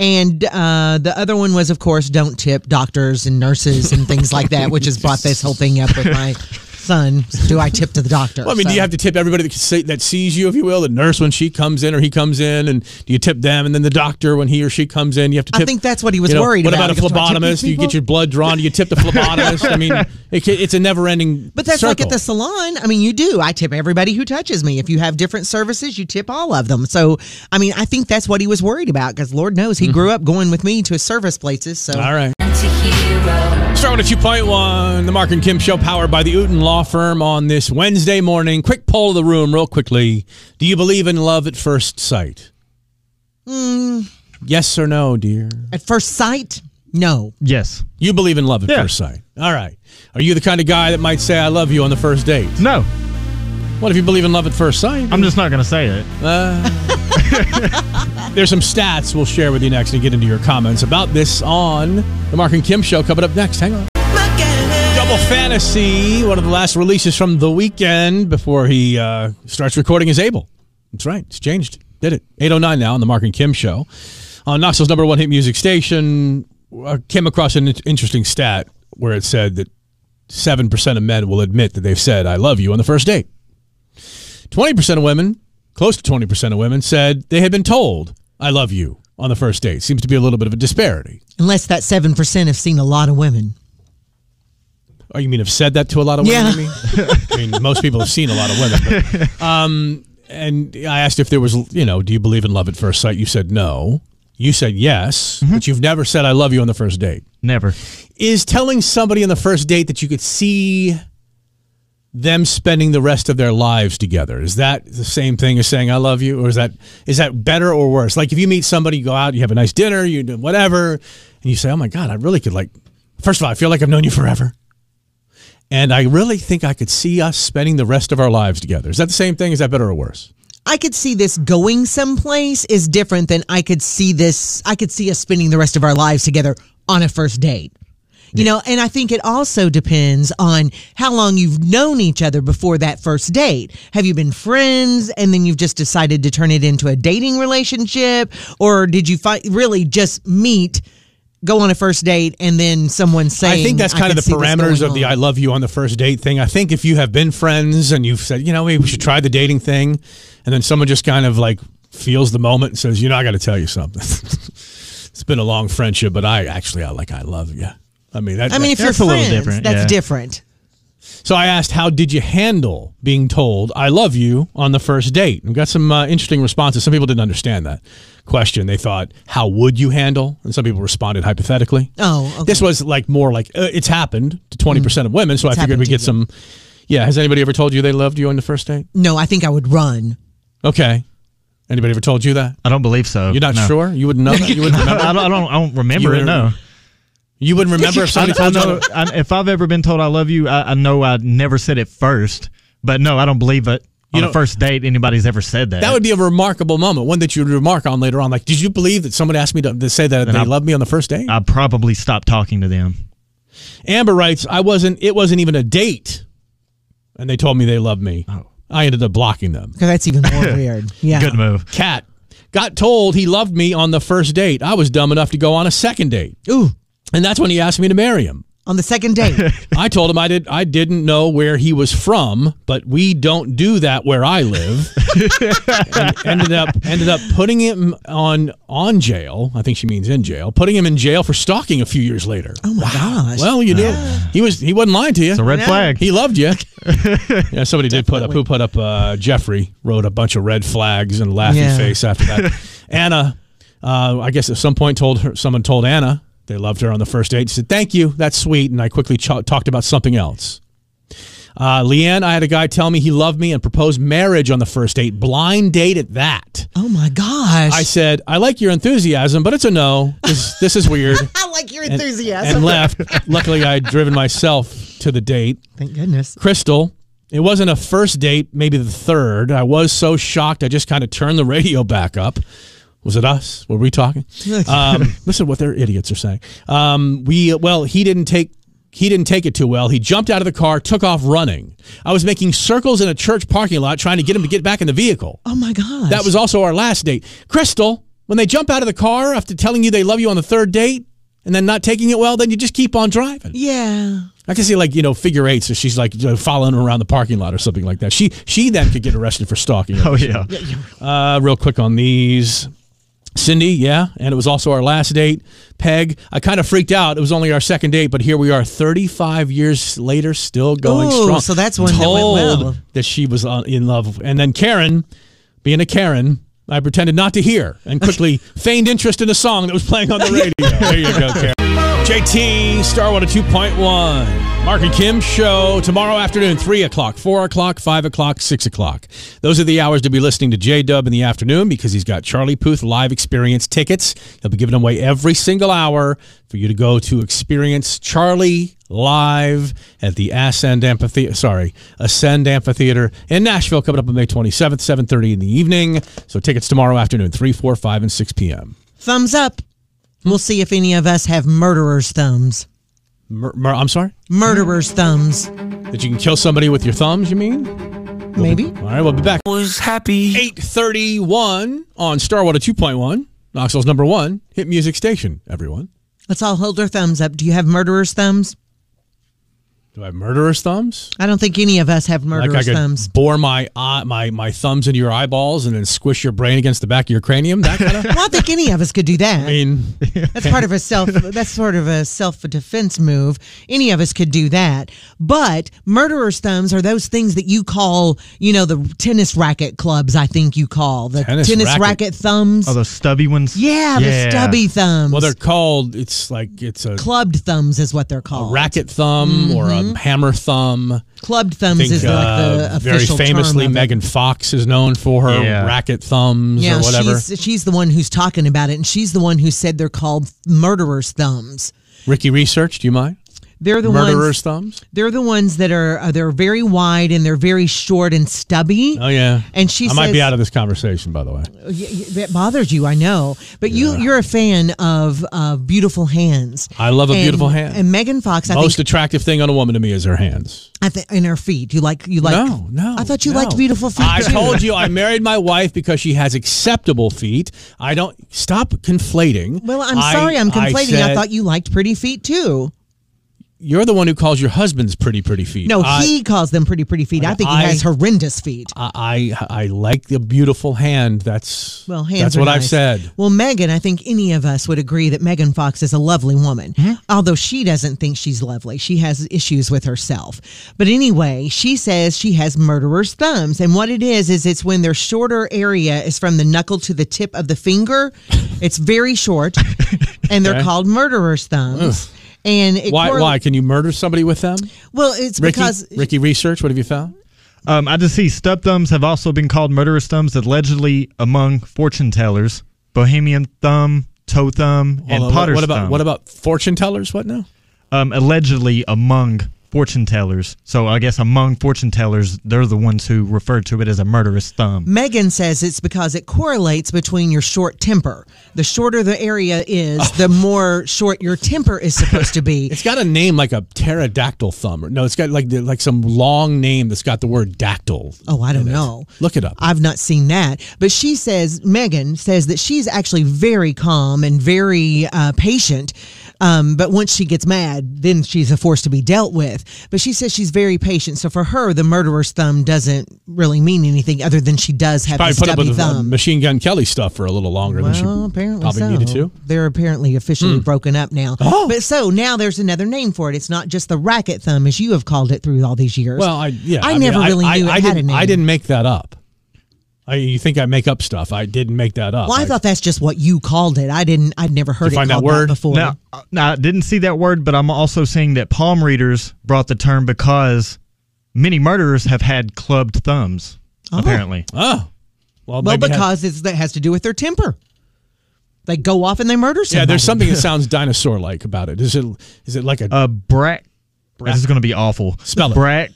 And uh, the other one was, of course, don't tip doctors and nurses and things like that, which has brought this whole thing up [laughs] with my son. Do I tip to the doctor? Well, I mean, do So- you have to tip everybody that, see, that sees you, if you will, the nurse when she comes in or he comes in, and do you tip them, and then the doctor when he or she comes in, you have to. I tip think that's what he was you know, worried What about. about, He goes, a "Do I tip these phlebotomist? You people?" get your blood drawn. Do you [laughs] tip the phlebotomist? I mean, it, ca- it's a never-ending. But that's like at circle. the salon. I mean, you do. I tip everybody who touches me. If you have different services, you tip all of them. So, I mean, I think that's what he was worried about because Lord knows he grew up going with me to his service places. So, Mm-hmm. All right. Starting at 2.1, the Mark and Kim show powered by the Uten Law Firm on this Wednesday morning. Quick poll of the room, real quickly. Do you believe in love at Hmm. first sight? Yes or no, dear? at first sight, No. Yes. You believe in love at first sight. All right. Are you the kind of guy that might say I love you on the first date? No. What if you believe in love at first sight? I'm just not going to say it. Uh, there's some stats we'll share with you next and get into your comments about this on the Mark and Kim show coming up next. Hang on. Double Fantasy, one of the last releases from the weekend before he uh, starts recording his Abel. That's right. It's changed. Did it. 809 now on the Mark and Kim show. On Knoxville's number one hit music station, I came across an in- interesting stat where it said that 7% of men will admit that they've said, I love you on the first date. 20% of women, close to 20% of women, said they had been told, I love you on the first date. Seems to be a little bit of a disparity. Unless that 7% have seen a lot of women. Oh, you mean have said that to a lot of women? Yeah. you mean? I mean, most people have seen a lot of women. but, um, and I asked if there was, you know, do you believe in love at first sight? You said no. You said yes, but you've never said I love you on the first date. Never. Is telling somebody on the first date that you could see them spending the rest of their lives together is that the same thing as saying I love you, or is that is that better or worse? Like if you meet somebody, you go out, you have a nice dinner, you do whatever, and you say, Oh my god, I really could like. First of all, I feel like I've known you forever. And I really think I could see us spending the rest of our lives together. Is that the same thing? Is that better or worse? I could see this going someplace is different than I could see this. I could see us spending the rest of our lives together on a first date. You know, and I think it also depends on how long you've known each other before that first date. Have you been friends and then you've just decided to turn it into a dating relationship? Or did you fi- really just meet, go on a first date, and then someone saying, I think that's kind can of the see what's parameters going of the on." I love you on the first date thing. I think if you have been friends and you've said, you know, maybe we should try the dating thing, and then someone just kind of like feels the moment and says, you know, I got to tell you something. [laughs] it's been a long friendship, but I actually, I like, I love you. I mean, that, I mean, if you're that's friends, that's different. So I asked, how did you handle being told I love you on the first date? We got some uh, interesting responses. Some people didn't understand that question. They thought, how would you handle? And some people responded hypothetically. Oh, okay. Mm. This was like more like uh, it's happened to 20% of women, so It's I figured happened we to get you. some Yeah, has anybody ever told you they loved you on the first date? No, I think I would run. Okay. Anybody ever told you that? I don't believe so. You're not no. sure? You wouldn't know that? You wouldn't remember? [laughs] I, don't, I don't. I don't remember You it. No. You wouldn't remember if somebody I, I told you know, I, if I've ever been told I love you, I, I know I never said it first. But no, I don't believe it. On a don't- first date, anybody's ever said that. That would be a remarkable moment, one that you would remark on later on. Like, did you believe that someone asked me to, to say that they I- loved me on the first date? I probably stopped talking to them. Amber writes, I wasn't. It wasn't even a date, and they told me they loved me. Oh. I ended up blocking them. Because that's even [laughs] more weird. Yeah. Good move. [laughs] Cat got told he loved me on the first date. I was dumb enough to go on a second date, Ooh, and that's when he asked me to marry him. on the second [laughs] date. I told him I did. I didn't know where he was from, but we don't do that where I live. And ended up ended up putting him on on jail. I think she means in jail. Putting him in jail for stalking a few years later. Oh my gosh. Well, you knew he was he wasn't lying to you. It's a red flag. He loved [laughs] you. yeah, somebody did put up who put up uh, Jeffrey wrote a bunch of red flags and laughing Yeah. face after [laughs] that. Anna, uh, I guess at some point told her someone told Anna they loved her on the first date. She said thank you, that's sweet, and I quickly ch- talked about something else. Uh, Leanne, I had a guy tell me he loved me and proposed marriage on the first date, blind date at that. oh my gosh. I said, I like your enthusiasm, but it's a no. This, this is weird. [laughs] I like your And- enthusiasm. and left. Luckily, I had driven myself to the date. Thank goodness. Crystal, it wasn't a first date, maybe the third. I was so shocked, I just kind of turned the radio back up. Was it us? Were we talking? Um, listen, to what their idiots are saying. Um, we well, he didn't take. He didn't take it too well. He jumped out of the car, took off running. I was making circles in a church parking lot trying to get him to get back in the vehicle. Oh my gosh. That was also our last date. Crystal, when they jump out of the car after telling you they love you on the third date and then not taking it well, then you just keep on driving. Yeah. I can see like you know figure eights, so she's like you know, following her around the parking lot or something like that. She she then could get arrested for stalking. Oh yeah. Uh, real quick on these, Cindy, yeah, and it was also our last date. Peg, I kind of freaked out. It was only our second date, but here we are, thirty five years later, still going Ooh, strong. so that's one that went told well. that she was uh, in love, and then Karen, being a Karen. I [laughs] pretended not to hear and quickly feigned interest in a song that was playing on the radio. There you go, Karen. JT, Star 102.1. Mark and Kim show tomorrow afternoon, 3 o'clock, 4 o'clock, 5 o'clock, 6 o'clock. Those are the hours to be listening to J Dub in the afternoon because he's got Charlie Puth live experience tickets. He'll be giving them away every single hour for you to go to experience Charlie live at the Ascend Amphitheater, sorry, Ascend Amphitheater in Nashville coming up on May 27th, 7.30 in the evening. So tickets tomorrow afternoon, 3, 4, 5, and 6 p.m. Thumbs up. We'll see if any of us have murderer's thumbs. Mur- mur- I'm sorry? Murderer's thumbs. That you can kill somebody with your thumbs, you mean? Maybe. All right, we'll be back. Was happy. 831 on Starwater 2.1, Knoxville's number one hit music station, everyone. Let's all hold our thumbs up. Do you have murderer's thumbs? Do I have murderer's thumbs? I don't think any of us have murderer's like I could thumbs. bore my, eye, my, my thumbs into your eyeballs and then squish your brain against the back of your cranium? That kind of... Well, I don't think any of us could [laughs] do that. I [laughs] mean, That's part [laughs] of a self. That's sort of a self-defense move. Any of us could do that. But murderer's thumbs are those things that you call, you know, the tennis racket clubs. I think you call the Tennis tennis, racket- racket. thumbs. Oh, those stubby ones? yeah, the stubby thumbs. well, they're called, it's like, it's a clubbed thumbs is what they're called. racket thumb or a hammer thumb. clubbed thumbs Mm-hmm. is like uh, the very official famously term of it. Megan Fox is known for her Yeah. racket thumbs Yeah, or whatever. she's she's the one who's talking about it, and she's the one who said they're called murderer's thumbs. Ricky Research, do you mind? They're the ones. Murderer's thumbs? They're the ones that are uh, they're very wide and they're very short and stubby. Oh yeah. And she I might be says- out of this conversation, by the way. Y- y- That bothers you, I know, but you you're a fan of uh, beautiful hands. I love a And- beautiful hand. And Megan Fox, I Most think, attractive thing on a woman to me is her hands. I think, in her feet. You like you like? no, no. I thought you no. liked beautiful feet. I too. told [laughs] you I married my wife because she has acceptable feet. I don't stop conflating. Well, I'm I- sorry, I'm conflating. I, said- thought you liked pretty feet too. you're the one who calls your husband's pretty pretty feet. No, I- he calls them pretty pretty feet. I think I- he has horrendous feet. I, I I like the beautiful hand. That's Well, hands That's are what I've nice. said. Well, Megan, I think any of us would agree that Megan Fox is a lovely woman, Mm-hmm. although she doesn't think she's lovely. She has issues with herself. But anyway, she says she has murderer's thumbs, and what it is is it's when their shorter area is from the knuckle to the tip of [laughs] the finger. it's very short, and they're Okay. called murderer's thumbs. And it Why? correl- Why can you murder somebody with them? Well, it's Ricky, because Ricky Research. What have you found? Um, I just see stub thumbs have also been called murderous thumbs, allegedly among fortune tellers, bohemian thumb, toe thumb, and Hold on, what- potter's what about thumb. what about fortune tellers? What now? um, allegedly among fortune tellers. So I guess among fortune tellers, they're the ones who refer to it as a murderous thumb. Megan says it's because it correlates between your short temper. The shorter the area is, the more short your temper is supposed to be. Oh. [laughs] It's got a name like a pterodactyl thumb. or- No, it's got like the- like some long name that's got the word dactyl. Oh, I don't in it. know. Look it up. I've not seen that. But she says, Megan says that she's actually very calm and very uh, patient. Um, but once she gets mad, then she's a force to be dealt with. But she says she's very patient. So for her, the murderer's thumb doesn't really mean anything other than she does have Probably a put up stubby with uh, thumb. Machine Gun Kelly stuff for a little longer than she Well, apparently probably so. needed to. Hmm. They're apparently officially broken up now. Oh. But so now there's another name for it. It's not just the racket thumb as you have called it through all these years. Well, I yeah, I, mean, never really I, knew it I had didn't, a name. I didn't make that up. I, you think I make up stuff? I didn't make that up. Well, I thought that's just what you called it. I didn't. I'd never heard you it find that called word? before. Now, uh, now, I didn't see that word, but I'm also saying that palm readers brought the term because many murderers have had clubbed thumbs, apparently. Oh, well, well, maybe had- because it's that has to do with their temper. They go off and they murder somebody. yeah, [laughs] there's something that sounds dinosaur-like about it. Is it is it like a Uh, brack. This is going to be awful. Spell it. Brack.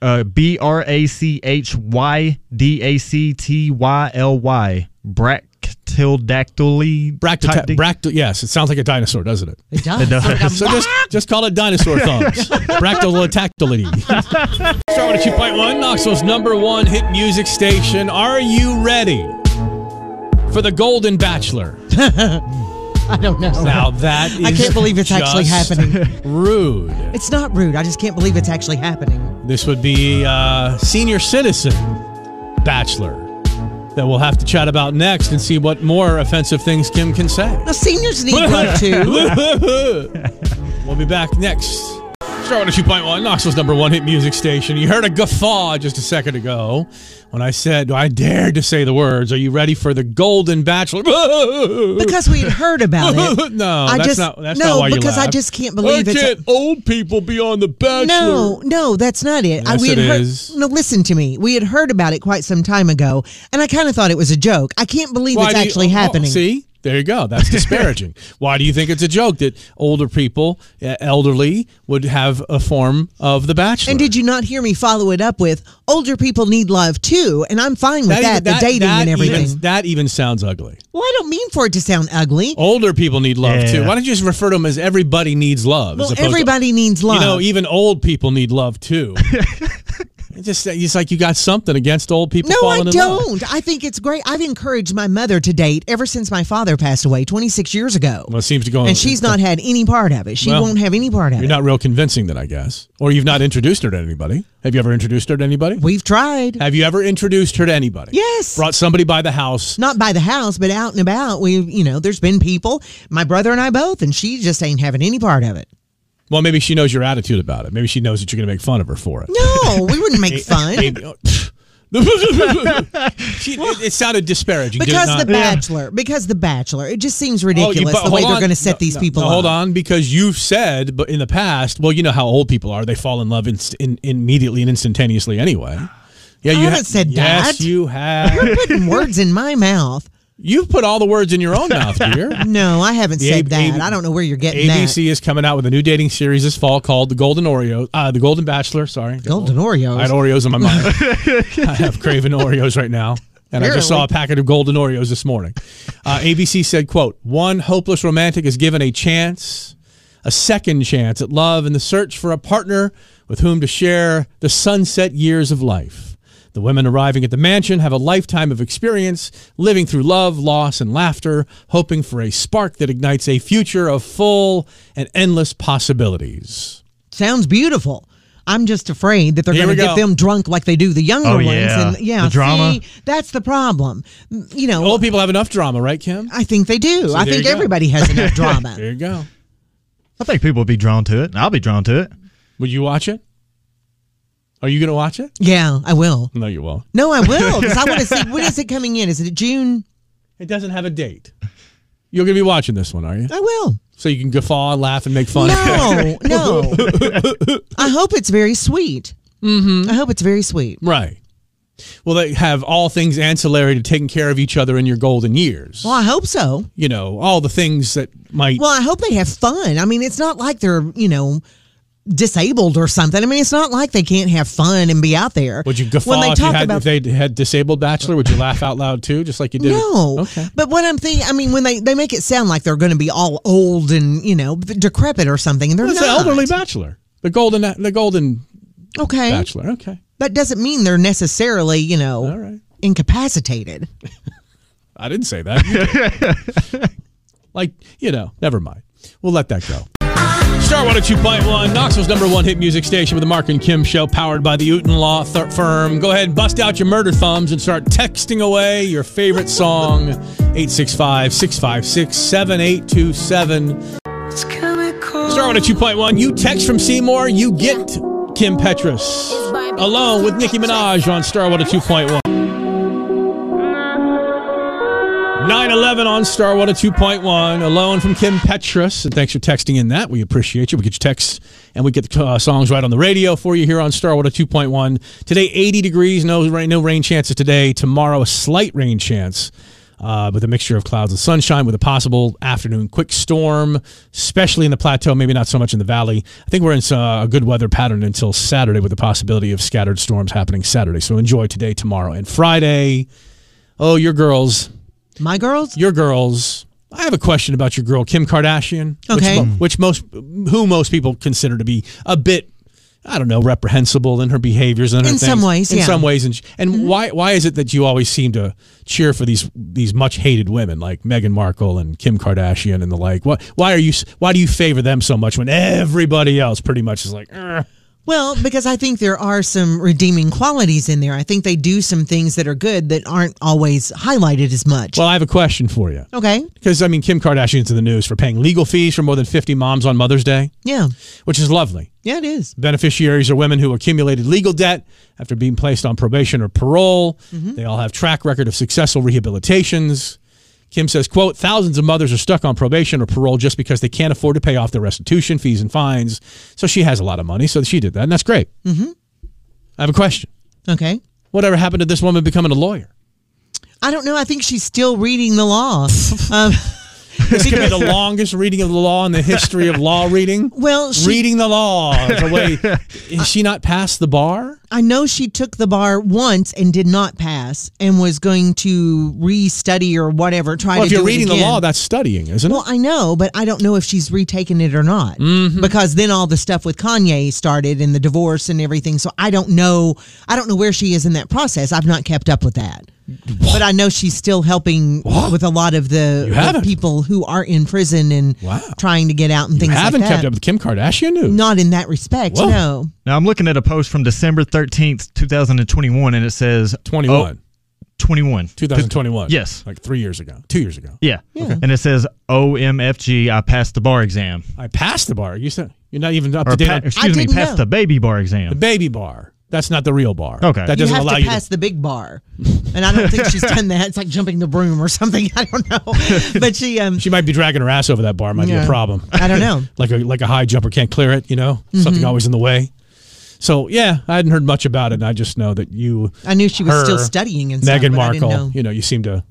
Uh, B R A C H Y D A C T Y L Y. Bractildactyly. type bracto- D- bracto- Yes, it sounds like a dinosaur, doesn't it? [laughs] It does. So just just call it dinosaur thumbs. Bractolotactylity. Start with a 2.1, Knoxville's number one hit music station. Are you ready for the Golden Bachelor? I don't know. Now [laughs] that is I can't believe it's actually just happening. [laughs] Rude. It's not rude. I just can't believe it's actually happening. This would be uh, senior citizen bachelor that we'll have to chat about next and see what more offensive things Kim can say. [laughs] The seniors need love too. we'll be back next. Star 2.1, Knoxville's number one hit music station. You heard a guffaw just a second ago when I said, I dared to say the words, Are you ready for the Golden Bachelor? [laughs] Because we'd heard about it. no, I that's just, not. That's no, not why you because I laughed. just can't believe Why it's. can't old people be on the Bachelor? No, no, that's not it. I- Yes, we had it heard, is. No, listen to me. We had heard about it quite some time ago, and I kind of thought it was a joke. I can't believe Why it's do you- actually oh, happening. see, there you go. [laughs] That's disparaging. Why do you think it's a joke that older people, uh, elderly, would have a form of the bachelor? And did you not hear me follow it up with older people need love too? And I'm fine with that, even- the dating that and everything. Even, that Oh, even sounds ugly. well, I don't mean for it to sound ugly. Older people need love Yeah. too. Why don't you just refer to them as everybody needs love? as Well, opposed to- everybody needs love. You know, even old people need love too. It's just it's like you got something against old people. no, I falling in love. don't. I think it's great. I've encouraged my mother to date ever since my father passed away 26 years ago. Well, it seems to go. and she's not had any part of it. She Well, won't have any part of You're it. not real convincing, then I guess, or you've not introduced her to anybody. Have you ever introduced her to anybody? We've tried. Have you ever introduced her to anybody? Yes. Brought somebody by the house. Not by the house, but out and about. We've, you know, there's been people, my brother and I both, and she just ain't having any part [laughs] of it. Well, maybe she knows your attitude about it. Maybe she knows that you're going to make fun of her for it. No, we wouldn't make fun. Maybe- [laughs] She- it, it sounded disparaging. did it Because not? the Bachelor, because the Bachelor, it just seems ridiculous Oh, but the way hold they're on. going to set No, these no, people no, up. Hold on, because you've said, but in the past, well, you know how old people are; they fall in love inst- in, immediately and instantaneously, anyway. Yeah, you haven't said yes, that. you [laughs] have. Putting words in my mouth. You've put all the words in your own [laughs] mouth, dear. No, I haven't The said A- that. A- I don't know where you're getting ABC is coming out with a new dating series this fall called The Golden Oreo, uh, The Golden Bachelor. Sorry, that. Golden Oreos. I had Oreos in my mind. I have craving Oreos right now. And I just Apparently. saw a packet of golden Oreos this morning. Uh, ABC said, quote, one hopeless romantic is given a chance, a second chance at love in the search for a partner with whom to share the sunset years of life. The women arriving at the mansion have a lifetime of experience, living through love, loss, and laughter, hoping for a spark that ignites a future of full and endless possibilities. Sounds beautiful. I'm just afraid that they're Here going to we get go. them drunk like they do the younger Oh, ones. yeah. And yeah, The drama. see, that's the problem. M- You know, Old people have enough drama, right, Kim? I think they do. I Oh. there think you go. everybody has [laughs] enough drama. There you go. I think people would be drawn to it. I'll be drawn to it. Would you watch it? Are you going to watch it? Yeah, I will. No, you won't. [laughs] No, I will because I want to see when is it coming in? Is it June? It doesn't have a date. You're going to be watching this one, are you? I will. So you can guffaw and laugh and make fun. No, no. I hope it's very sweet. Mm-hmm. I hope it's very sweet. [laughs] Right. Well, they have all things ancillary to taking care of each other in your golden years. Well, I hope so. You know, all the things that might. Well, I hope they have fun. I mean, it's not like they're, you know, disabled or something. I mean, it's not like they can't have fun and be out there. would you guffaw if, you had, if they had disabled bachelor? Would you laugh out loud too, just like you did? no, Okay. but what I'm thinking, I mean, when they, they make it sound like they're going to be all old and you know decrepit or something, and they're It's the not. elderly bachelor, the golden, the golden okay, bachelor. Okay. that doesn't mean they're necessarily you know All right. incapacitated. I didn't say that. You did. like, you know, never mind. We'll let that go. Star 102.1, Knoxville's number one hit music station with the Mark and Kim show, powered by the Uten Law Th- Firm. Go ahead and bust out your murder thumbs and start texting away your favorite song, 865 656 7827. Star 102.1, you text from Seymour, you get Kim Petras. Alone with Nicki Minaj on Star 102.1. 911 on Star Water 2.1, alone from Kim Petras. And thanks for texting in that. We appreciate you. We get your texts and we get the uh, songs right on the radio for you here on Star Water 2.1. Today, 80 degrees, no rain, no rain chances today. Tomorrow, a slight rain chance. Uh, with a mixture of clouds and sunshine, with a possible afternoon quick storm, especially in the plateau, maybe not so much in the valley. I think we're in uh, a good weather pattern until Saturday, with the possibility of scattered storms happening Saturday. So enjoy today, tomorrow, and Friday. Oh, your girls, My girls, your girls. I have a question about your girl Kim Kardashian, Okay. Mm. which, mo- which most who most people consider to be a bit, I don't know, reprehensible in her behaviors and her In some things. ways, in yeah. Mm-hmm. some ways, and sh- and why why is it that you always seem to cheer for these these much hated women like Meghan Markle and Kim Kardashian and the like? Why why are you s- why do you favor them so much when everybody else pretty much is like, "Eh, Well, because I think there are some redeeming qualities in there. I think they do some things that are good that aren't always highlighted as much. Well, I have a question for you. Okay. Because, I mean, Kim Kardashian's in the news for paying legal fees for more than 50 moms on Mother's Day, Yeah. which is lovely. Yeah, it is. Beneficiaries are women who accumulated legal debt after being placed on probation or parole. Mm-hmm. They all have track record of successful rehabilitations. Kim says, quote, thousands of mothers are stuck on probation or parole just because they can't afford to pay off their restitution fees and fines. So she has a lot of money. So she did that. And that's great. Mhm. I have a question. Okay. Whatever happened to this woman becoming a lawyer? I don't know. I think she's still reading [laughs] the law. um, This could be the [laughs] longest reading of the law in the history of law reading. well, she, reading the law is a way. Is she not past the bar? I know she took the bar once and did not pass and was going to restudy or whatever, try Well, to if you're do it reading the again. law, that's studying, isn't Well, it? I know, but I don't know if she's retaken it or not Mm-hmm. because then all the stuff with Kanye started and the divorce and everything. So I don't know. I don't know where she is in that process. I've not kept up with that, but I know she's still helping with a lot of the, You the haven't? people who are in prison and Wow. trying to get out and You things haven't like that. kept up with Kim Kardashian news. Not in that respect. Whoa. No. Now I'm looking at a post from December 13th, 2021, and it says 21, Oh, 21. 2021. Yes. Like three years ago, two years ago. Yeah. Yeah. And it says OMFG, I passed the bar exam. I passed the bar. You said you're not even up Or to date. pa- on- excuse me, didn't passed know. the baby bar the exam. baby bar. That's not the real bar. Okay. That You doesn't you have allow to you pass the big bar, and I don't think [laughs] she's done that. It's like jumping the broom or something. [laughs] I don't know, but she um to. She might be dragging her ass over that bar. Might be Yeah. a problem. [laughs] I don't know. like a like a high jumper can't clear it. You know, Mm-hmm. something always in the way. So yeah, I hadn't heard much about it. and I just know that you I knew she was her, still studying and stuff, Meghan but I Markle. didn't know. You know, you seem to.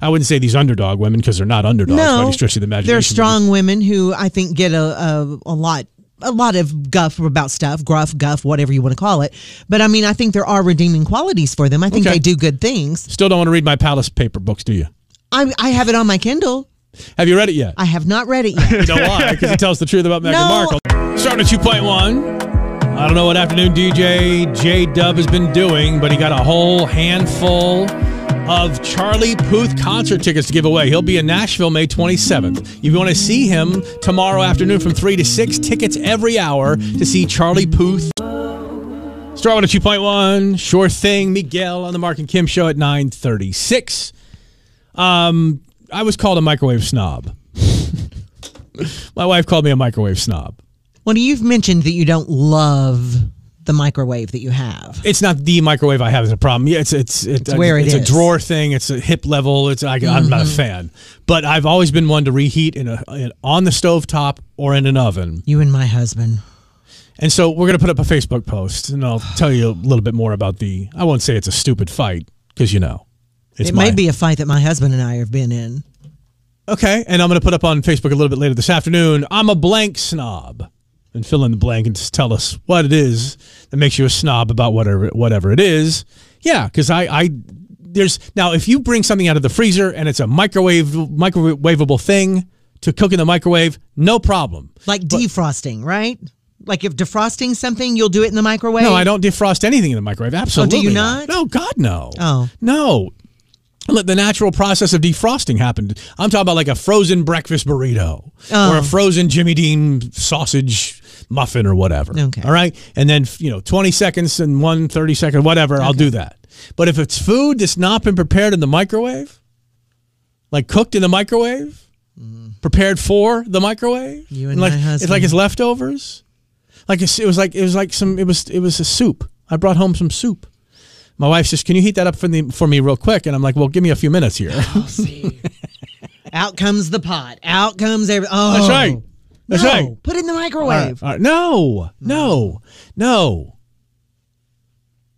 I wouldn't say these underdog women because they're not underdogs by any stretch of the imagination. They're strong women who I think get a, a a lot a lot of guff about stuff, gruff, guff, whatever you want to call it. But I mean, I think there are redeeming qualities for them. I think Okay. they do good things. Still don't want to read my palace paper books, do you? I I have it on my Kindle. Have you read it yet? I have not read [laughs] it yet. you know why? Because it tells the truth about Meghan No. Markle. Starting at two point one. I don't know what afternoon DJ J Dub has been doing, but he got a whole handful of Charlie Puth concert tickets to give away. He'll be in Nashville May 27th. If you want to see him tomorrow afternoon from 3 to 6, tickets every hour to see Charlie Puth. Start with a 2.1. Sure thing. Miguel on the Mark and Kim show at 936. Um, I was called a microwave snob. My wife called me a microwave snob. well, you've mentioned that you don't love the microwave that you have. It's not the microwave I have is a problem. Yeah, it's it's it's, where it it's a is. Mm-hmm. drawer thing. It's a hip level. It's I, I'm not a fan. But I've always been one to reheat in a in, on the stovetop or in an oven. You and my husband. And so we're gonna put up a Facebook post, and I'll tell you a little bit more about the. I won't say it's a stupid fight because you know, it's it my, may be a fight that my husband and I have been in. Okay, and I'm going to put up on Facebook a little bit later this afternoon. I'm a blank snob, and fill in the blank and just tell us what it is that makes you a snob about whatever whatever it is. Yeah, because I I there's now if you bring something out of the freezer and it's a microwave microwavable thing to cook in the microwave, no problem. Like defrosting, right? Like if defrosting something, you'll do it in the microwave. No, I don't defrost anything in the microwave. Absolutely. Oh, not? No, God, no. Oh. No. Let the natural process of defrosting happen. I'm talking about like a frozen breakfast burrito or Oh. a frozen Jimmy Dean sausage muffin or whatever. Okay. All right. And then, you know, 20 seconds and one 30 second, whatever, I'll do that. But if it's food that's not been prepared in the microwave, like cooked in the microwave, prepared for the microwave, You and like, my It's husband. like it's leftovers like it's- it was like it was like some it was it was a soup. I brought home some soup. My wife says, "Can you heat that up for the for me real quick?" And I'm like, "Well, give me a few minutes here." [laughs] [laughs] Out comes the pot. Out comes every. Oh, That's right. That's no, right. Put it in the All right, microwave. all right. No, no, no.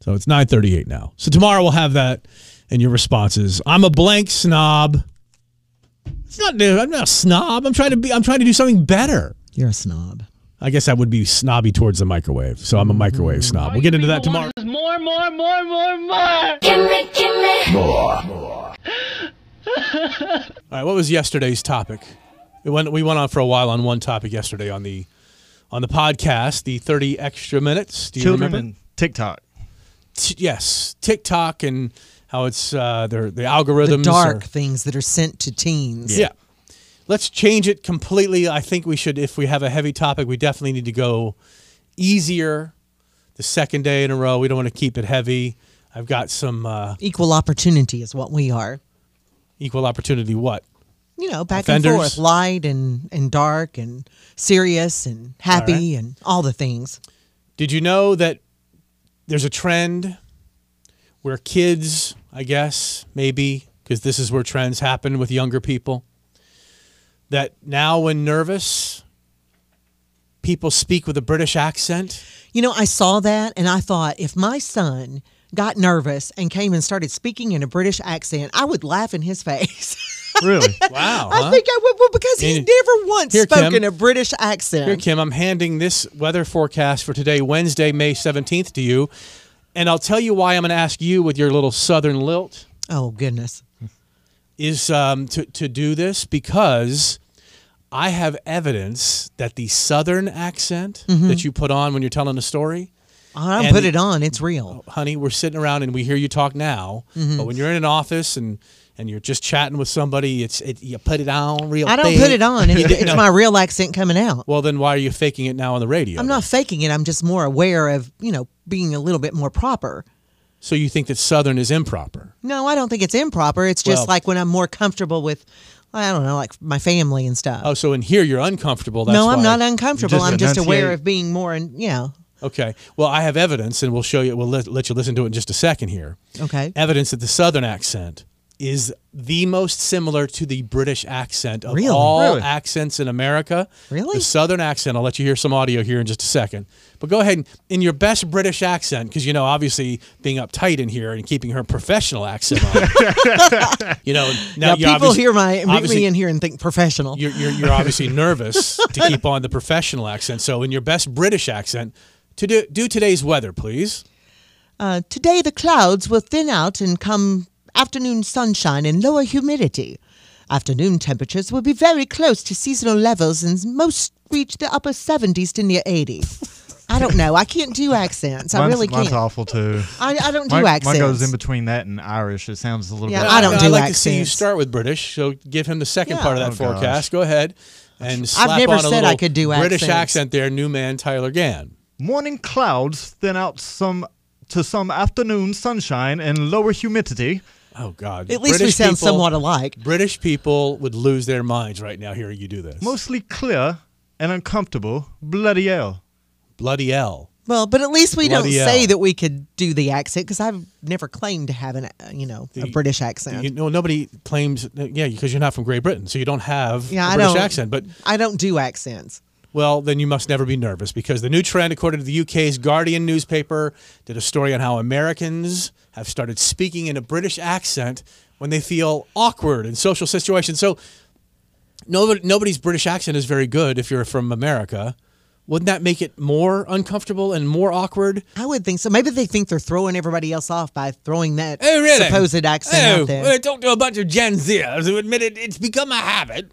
So it's 9:38 now. So tomorrow we'll have that and your responses. I'm a blank snob. It's not new. I'm not a snob. I'm trying to be I'm trying to do something better. You're a snob. I guess I would be snobby towards the microwave. So I'm a microwave snob. We'll get into that tomorrow. More, more, more, more, more. Kill it, kill it. All right, what was yesterday's topic? It went, we went on for a while on one topic yesterday on the on the podcast, the 30 extra minutes. Do you Children remember? and [laughs] TikTok. T- yes, TikTok and how it's uh, their the algorithms The are- dark things that are sent to teens. yeah. Let's change it completely. I think we should if we have a heavy topic, we definitely need to go easier the second day in a row. We don't want to keep it heavy. I've got some uh, Equal opportunity is what we are. equal opportunity. What? You know, back Offenders. and forth, light and and dark and serious and happy and all the things. Did you know that there's a trend where kids, I guess, maybe, because this is where trends happen with younger people, that now when nervous, people speak with a British accent? You know, I saw that and I thought if my son got nervous and came and started speaking in a British accent, I would laugh in his face. [laughs] Really? wow. I huh? think I would well, because he And- never once Uh-huh. Here, spoke Kim. in a British accent. Here, Kim, I'm handing this weather forecast for today, Wednesday, May 17th, to you. And I'll tell you why I'm going to ask you with your little southern lilt. Oh, goodness. Is um, to, to do this because I have evidence that the southern accent Mhm. that you put on when you're telling a story, I And put the- it on. It's real. honey, we're sitting around and we hear you talk now. Mhm. But when you're in an office and and you're just chatting with somebody, it's it, you put it on real. I don't thick. put [laughs] it on. You It's, didn't it's know. my real accent coming out. Well, then why are you faking it now on the radio? I'm not faking it. I'm just more aware of, you know, being a little bit more proper. so you think that southern is improper? No, I don't think it's improper. It's just Well- like when I'm more comfortable with, I don't know, like my family and stuff. Oh, so in here you're uncomfortable. That's no, I'm why. not uncomfortable. I'm just aware enunciate. of being more, and yeah, Okay. Well, I have evidence, and we'll show you. We'll let, let you listen to it in just a second here. okay. Evidence that the Southern accent is the most similar to the British accent of Really? all Really? accents in America. Really? The Southern accent. I'll let you hear some audio here in just a second. But go ahead and in your best British accent, because you know, obviously being uptight in here and keeping her professional accent [laughs] on. you know, now Now, you people obviously- hear my meet obviously- me in here and think professional. you're, you're, you're [laughs] obviously nervous to keep on the professional accent. So, in your best British accent, to do, do today's weather, please. Uh, today, the clouds will thin out and come afternoon sunshine and lower humidity. Afternoon temperatures will be very close to seasonal levels and most reach the upper 70s to near 80. I don't know. I can't do accents. I mine's, really mine's can't. awful too. I- I don't do mine, Mine accents. goes in between that and Irish. It sounds a little Yeah, bit. I don't do I'd like to see you accents. start with British. So, give him the second Yeah. part of that Oh, gosh. forecast. Go ahead and slap never on a said little I could do British accents. accent there, new man Tyler Gann. Morning clouds thin out some to some afternoon sunshine and lower humidity. Oh, God. At least we sound somewhat alike. British people would lose their minds right now hearing you do this. Mostly clear and uncomfortable. Bloody hell. Bloody hell. Well, but at least we Bloody don't say hell. that we could do the accent because I've never claimed to have an, uh, you know, a You- British accent. You know, nobody claims, yeah, because you're not from Great Britain, so you don't have yeah, a I British don't. accent. But I don't do accents. Well, then you must never be nervous because the new trend, according to the UK's Guardian newspaper, did a story on how Americans have started speaking in a British accent when they feel awkward in social situations. So nobody, nobody's British accent is very good if you're from America. Wouldn't that make it more uncomfortable and more awkward? I would think so. Maybe they think they're throwing everybody else off by throwing that Oh, really? supposed accent oh, out there. well, I talked to a bunch of Gen Zers who admitted it's become a habit.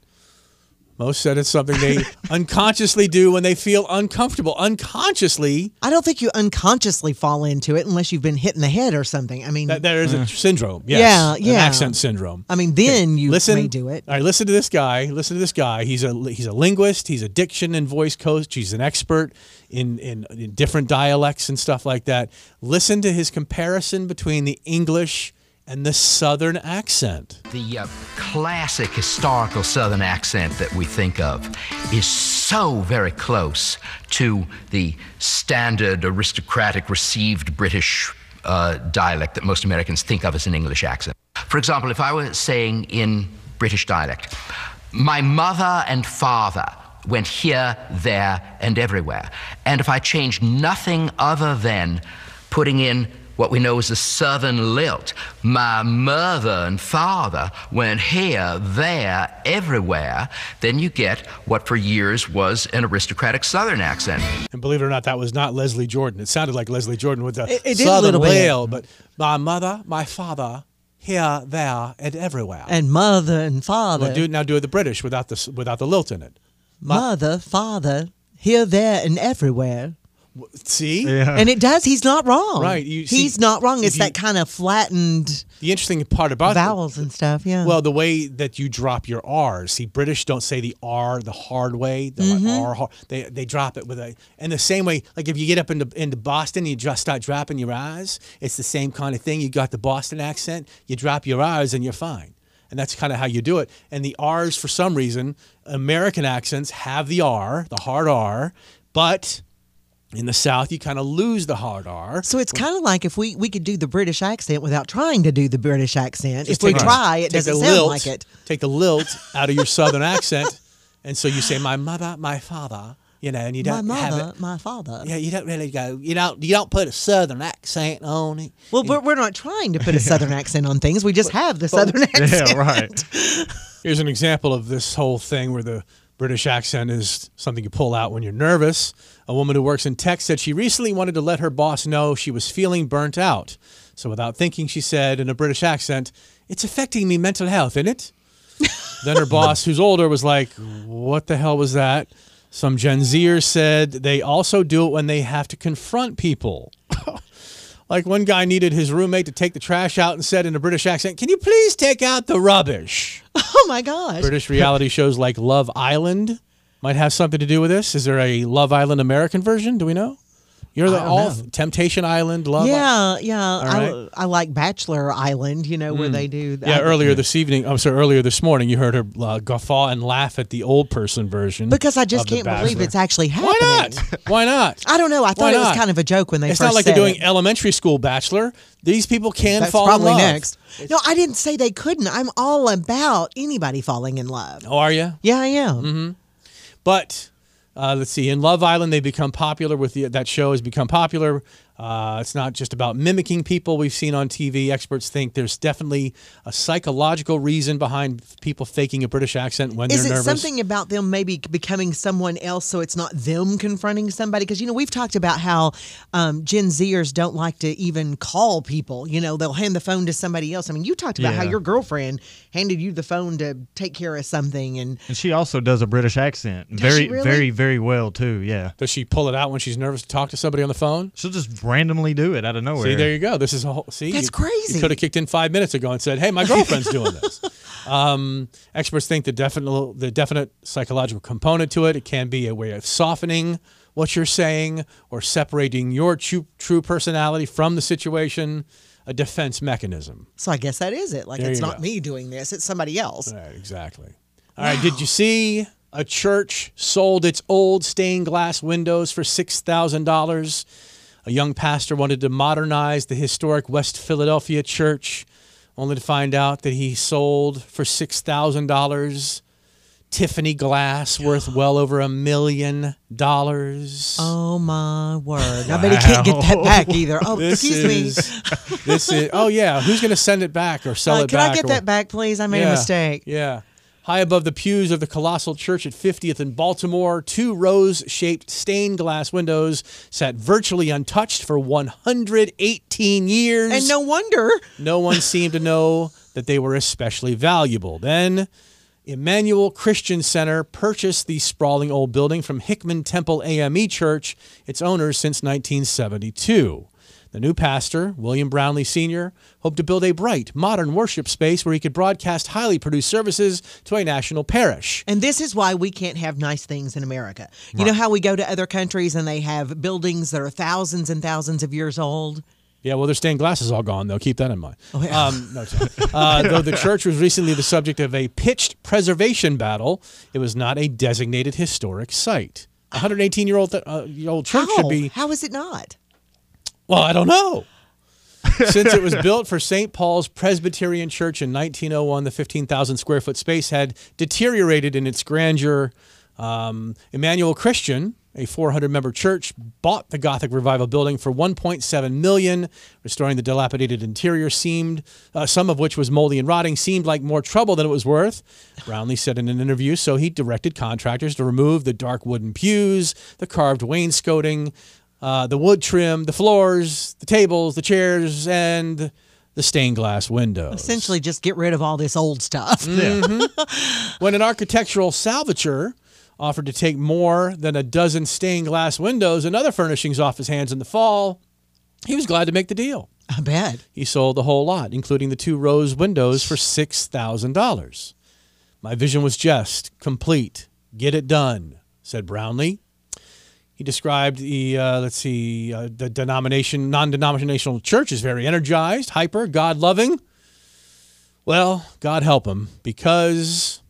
Most said it's something [laughs] they unconsciously do when they feel uncomfortable. Unconsciously, I don't think you unconsciously fall into it unless you've been hit in the head or something. I mean, That there is a syndrome. Yes, Yeah, An yeah. accent syndrome. I mean, then you listen, may do it. All right, listen to this guy. Listen to this guy. He's a he's a linguist. He's a diction and voice coach. He's an expert in in, in different dialects and stuff like that. Listen to his comparison between the English and the Southern accent. The uh, classic historical Southern accent that we think of is so very close to the standard aristocratic received British uh, dialect that most Americans think of as an English accent. For example, if I were saying in British dialect, my mother and father went here, there, and everywhere, and if I changed nothing other than putting in what we know as a southern lilt. My mother and father went here, there, everywhere. Then you get what for years was an aristocratic southern accent. And believe it or not, that was not Leslie Jordan. It sounded like Leslie Jordan with the It- it did a Southern little bit. wail, but my mother, my father, here, there, and everywhere. and mother and father, Well, do now do the British without the s- without the lilt in it. mother, father, here, there, and everywhere. See? And it does. He's not wrong. Uh-huh. Right, you see- he's not wrong. It's if that kind of flattened The interesting part about vowels and stuff. Yeah. Well, the way that you drop your R's. See, British don't say the R the hard way. The like, Mhm. R hard. They they drop it with a. And the same way, like if you get up into into Boston and you just start dropping your R's, it's the same kind of thing. You got the Boston accent. You drop your R's and you're fine. And that's kind of how you do it. And the R's, for some reason, American accents have the R, the hard R, but in the South, you kind of lose the hard R. so it's kind of like if we, we could do the British accent without trying to do the British accent. Just If we take- try, it take the doesn't sound lilt- like it. Take the lilt out of your southern accent, and so you say my mother, my father, you know, and you My don't mother, have it. my father. Yeah, you don't really go. You don't. You don't put a southern accent on it. Well, we're, we're not [laughs] trying to put a southern accent on things. We just have the southern accent. [laughs] right. Here's an example of this whole thing where the British accent is something you pull out when you're nervous. A woman who works in tech said she recently wanted to let her boss know she was feeling burnt out. So without thinking, she said in a British accent, "It's affecting me mental health, isn't it?" then her boss, who's older, was like, "What the hell was that?" Some Gen Zers said they also do it when they have to confront people. Like one guy needed his roommate to take the trash out and said in a British accent, "Can you please take out the rubbish?" Oh my gosh. British reality shows like Love Island might have something to do with this. Is there a Love Island American version? Do we know? You're the I don't all know. Temptation Island, Love. yeah, yeah. right. I, I like Bachelor Island, you know, where Mm. they do that. Yeah, earlier this evening, I'm sorry, earlier this morning, you heard her uh, guffaw and laugh at the old person version. Because I of just The can't believe Bachelor. it's actually [laughs] happening. Why not? Why not? I don't know. I Why thought it was not? kind of a joke when they It's first not like said they're doing it. elementary school Bachelor. These people can That's fall probably in love. next. No, I didn't say they couldn't. I'm all about anybody falling in love. Oh, are you? Yeah, I am. hmm But uh, let's see. In Love Island, they become popular with the, that show has become popular. Uh, it's not just about mimicking people we've seen on TV. Experts think there's definitely a psychological reason behind people faking a British accent when Is it they're nervous. something about them maybe becoming someone else so it's not them confronting somebody? Because, you know, we've talked about how um, Gen Zers don't like to even call people. You know, they'll hand the phone to somebody else. I mean, you talked about how Yeah. your girlfriend handed you the phone to take care of something. And And she also does a British accent Does very, she really? very, very well too. Yeah, Does she pull it out when she's nervous to talk to somebody on the phone? she'll just randomly do it out of nowhere. See, there you go. This is a whole. See, That's you- crazy. You could have kicked in five minutes ago and said, "Hey, my girlfriend's doing [laughs] this." Um, experts think the definite, the definite psychological component to it. It can be a way of softening what you're saying or separating your true, true personality from the situation. A defense mechanism. so I guess that is it. Like, There it's you not go. me doing this, it's somebody else. Right, exactly. All right. Did you see a church sold its old stained glass windows for six thousand dollars? A young pastor wanted to modernize the historic West Philadelphia church, only to find out that he sold for six thousand dollars Tiffany [sighs] glass worth well over a million dollars. Oh, my word. I bet he can't get that back either. [laughs] Oh, This excuse me. is- This is. Oh yeah. Who's going to send it back or sell Uh, it can back? I get or- that back, please? I made a Yeah, mistake. Yeah. High above the pews of the colossal church at 50th and Baltimore, two rose shaped stained glass windows sat virtually untouched for 118 years. And no wonder. No one seemed to know that they were especially valuable. Then, Emmanuel Christian Center purchased the sprawling old building from Hickman Temple AME Church, its owner since 1972. The new pastor, William Brownlee Sr., hoped to build a bright, modern worship space where he could broadcast highly produced services to a national parish. And this is why we can't have nice things in America. You know how we go to other countries and they have buildings that are thousands and thousands of years old? Yeah, well, their stained glass is all gone, though. Keep that in mind. Oh, yeah. um, no, sorry. [laughs] uh, though the church was recently the subject of a pitched preservation battle, it was not a designated historic site. A 118 year old th- uh, year old church How? should be. How is it not? Well, I don't know. [laughs] Since it was built for St. Paul's Presbyterian Church in 1901, the 15,000 square foot space had deteriorated in its grandeur. Um, Emmanuel Christian, a 400 member church, bought the Gothic Revival building for 1.7 million. Restoring the dilapidated interior seemed, uh, some of which was moldy and rotting, seemed like more trouble than it was worth. Brownlee said in an interview, so he directed contractors to remove the dark wooden pews, the carved wainscoting, uh, the wood trim, the floors, the tables, the chairs, and the stained glass windows. Essentially, just get rid of all this old stuff. Mhm. when an architectural salvager offered to take more than a dozen stained glass windows and other furnishings off his hands in the fall. He was glad to make the deal. [laughs] I bet. He sold the whole lot, including the two rows windows, for $6,000. My vision was just, complete, get it done, said Brownlee. He described the, uh, let's see, uh, the denomination, non denominational church is very energized, hyper, God loving. Well, God help him, because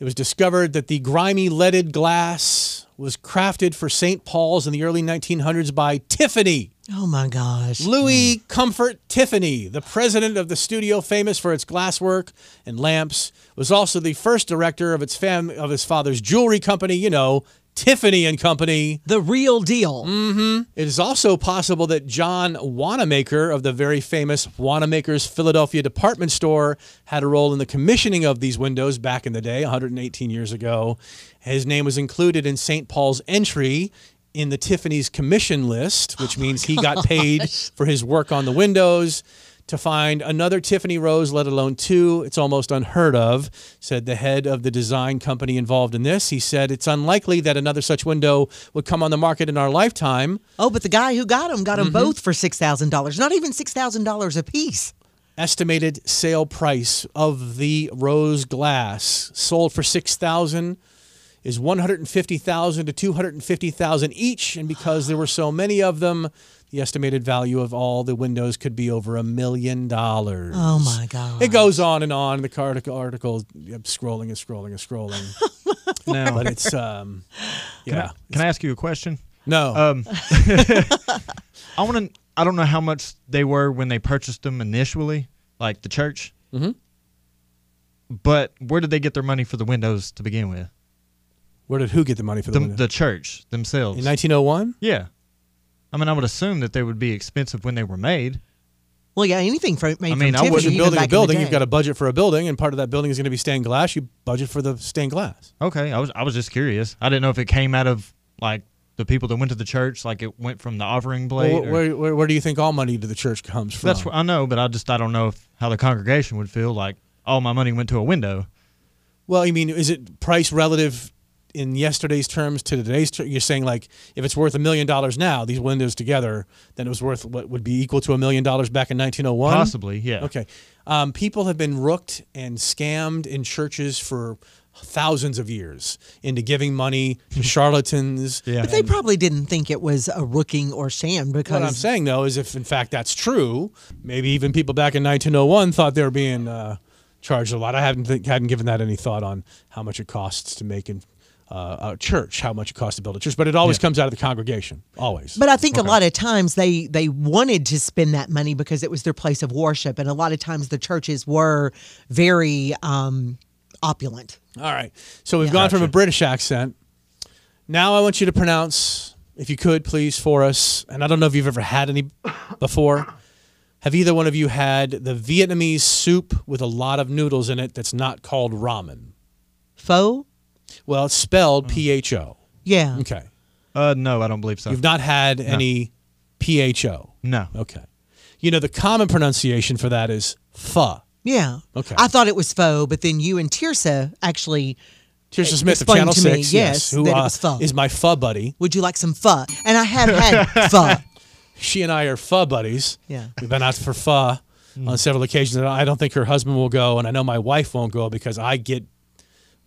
it was discovered that the grimy leaded glass was crafted for St. Paul's in the early 1900s by Tiffany. Oh my gosh. Louis Comfort Tiffany, the president of the studio famous for its glasswork and lamps, was also the first director of its fam- of his father's jewelry company, you know, Tiffany and Company. The real deal. Mhm. It is also possible that John Wanamaker of the very famous Wanamaker's Philadelphia department store had a role in the commissioning of these windows back in the day, 118 years ago. His name was included in St. Paul's entry in the Tiffany's commission list, which means he got paid for his work on the windows. To find another Tiffany Rose, let alone two, it's almost unheard of, said the head of the design company involved in this. He said, It's unlikely that another such window would come on the market in our lifetime. Oh, but the guy who got them got them both for $6,000, not even $6,000 a piece. Estimated sale price of the rose glass sold for 6000 is 150,000 to 250,000 each and because there were so many of them the estimated value of all the windows could be over a million dollars. Oh my God. It goes on and on. The article, article yep, scrolling and scrolling and [laughs] scrolling. No. but it's um, Oh Can I- yeah. Can I ask you a question? No. [laughs] Um, [laughs] I want to. I don't know how much they were when they purchased them initially, like the church. Mm-hmm. But where did they get their money for the windows to begin with? Where did who get the money for the the, window? the church themselves In 1901? Yeah, I mean, I would assume that they would be expensive when they were made. Well, yeah, anything from made I mean, from I Tiffany, wasn't even building back a in the building, you've day. got a budget for a building, and part of that building is going to be stained glass. You budget for the stained glass. Okay, I was I was just curious. I didn't know if it came out of like the people that went to the church, like it went from the offering plate. Well, or- where, where, where do you think all money to the church comes from? That's what I know, but I just I don't know if, how the congregation would feel like all my money went to a window. Well, I mean, is it price relative in yesterday's terms to today's? Ter- you're saying like if it's worth a million dollars now, these windows together, then it was worth what would be equal to a million dollars back in 1901. Possibly, yeah. Okay. Um, people have been rooked and scammed in churches for thousands of years into giving money to charlatans. yeah. But they probably didn't think it was a rooking or sham because What I'm saying though is, if in fact that's true, maybe even people back in 1901 thought they were being uh, charged a lot. I haven't think, hadn't given that any thought on how much it costs to make an, uh, a church, how much it costs to build a church, but it always comes out of the congregation, always. But I think a lot of times they they wanted to spend that money because it was their place of worship, and a lot of times the churches were very um, opulent. All right, so we've gone from a British accent. Now I want you to pronounce, if you could, please, for us. And I don't know if you've ever had any before. Have either one of you had the Vietnamese soup with a lot of noodles in it that's not called ramen? Pho? Well, it's spelled P H O. Yeah. Okay. Uh, no, I don't believe so. You've not had No. any P H O. No. Okay. You know, the common pronunciation for that is pho. Yeah. Okay. I thought it was faux, but then you and Tirsa actually Trisha Smith of explained Channel to me, 6. yes, Who that it uh, was pho. is my pho buddy. Would you like some pho? And I have [laughs] had pho. She and I are pho buddies. Yeah. Mm. We've been out for pho on several occasions. And I don't think her husband will go. And I know my wife won't go because I get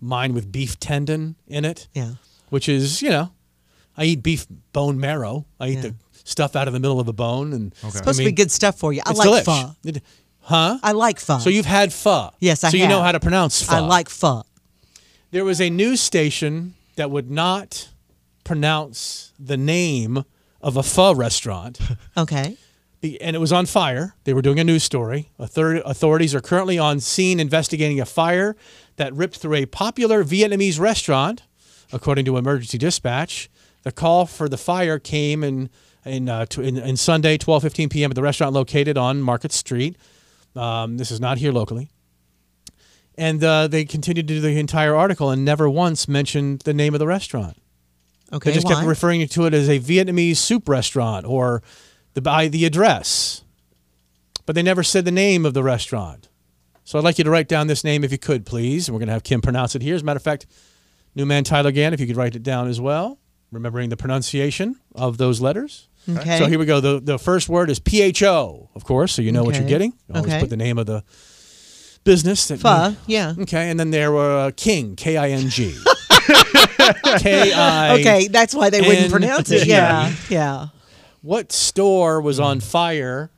mine with beef tendon in it. Yeah. which is you know, I eat beef bone marrow. I eat Yeah. the stuff out of the middle of a bone, and It's supposed to be good stuff for you. I it's like delish. pho. It- huh? I like pho. So you've had pho. Yes, I So you know have. how to pronounce pho. I like pho. There was a news station that would not pronounce the name of a pho restaurant. Okay. The- and it was on fire. They were doing a news story. Author- authorities are currently on scene investigating a fire that ripped through a popular Vietnamese restaurant, according to emergency dispatch. The call for the fire came in in, uh, tw- in, in Sunday, 12:15 p.m. at the restaurant located on Market Street. Um, this is not here locally. And uh, they continued to do the entire article and never once mentioned the name of the restaurant. Okay. They just why? kept referring to it as a Vietnamese soup restaurant or the by the address, but they never said the name of the restaurant. So I'd like you to write down this name if you could, please. We're going to have Kim pronounce it here. As a matter of fact, New man Tyler Gann, if you could write it down as well, remembering the pronunciation of those letters. Okay. So here we go. The, the first word is PHO, of course, so you know what you're Okay. getting. Always Okay. put the name of the business. That Pho, yeah. Okay, and then there were uh, King, K I N [laughs] G. K I. Okay, that's why they wouldn't [laughs] pronounce it. Yeah, yeah. What store was on Mm. fire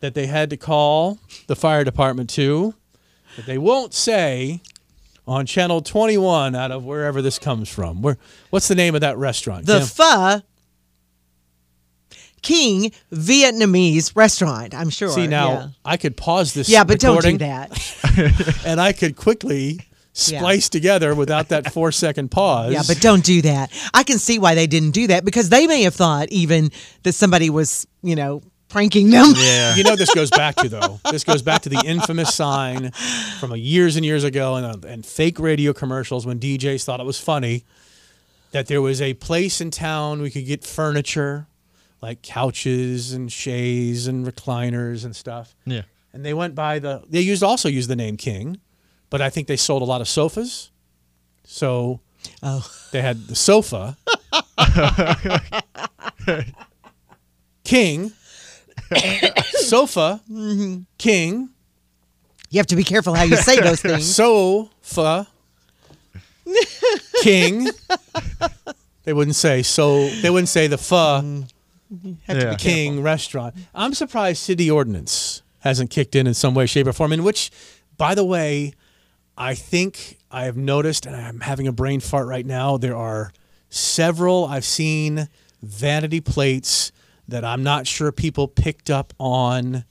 that they had to call the fire department to that they won't say on channel 21 out of wherever this comes from? Where What's the name of that restaurant? The Kim? Pho King Vietnamese restaurant. I'm sure. See now, yeah. I could pause this. Yeah, but don't do recording, [laughs] and I could quickly Yeah. splice together without that four second pause. Yeah, but don't do that. I can see why they didn't do that because they may have thought even that somebody was, you know, pranking them. You know, this goes back to though. This goes back to the infamous sign from years and years ago, and uh, and fake radio commercials when DJs thought it was funny that there was a place in town we could get furniture, like couches and chaise and recliners and stuff. Yeah. and they went by the they used also used the name King, but I think they sold a lot of sofas, so Oh, they had the sofa King sofa King. You have to be careful how [laughs] you say those things. Sofa King. They wouldn't say so. They wouldn't say the pho Have to be King restaurant. I'm surprised city ordinance hasn't kicked in in some way, shape, or form. In which, by the way, I think I have noticed, and I'm having a brain fart right now. There are several I've seen vanity plates that I'm not sure people picked up on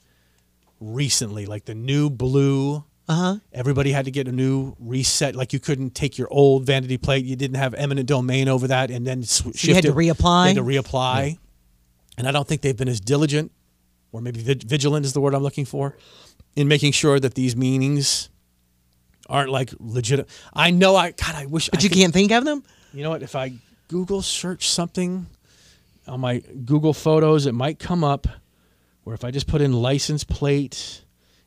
recently, like the new blue. Uh-huh. Everybody had to get a new reset. Like you couldn't take your old vanity plate. You didn't have eminent domain over that, and then sw- shift you had to it. You reapply? had to reapply. And I don't think they've been as diligent, or maybe vig- vigilant is the word I'm looking for, in making sure that these meanings aren't like legit. I know I God, I wish. But I you could- can't think of them? You know what? If I Google search something on my Google Photos, it might come up. Or if I just put in license plate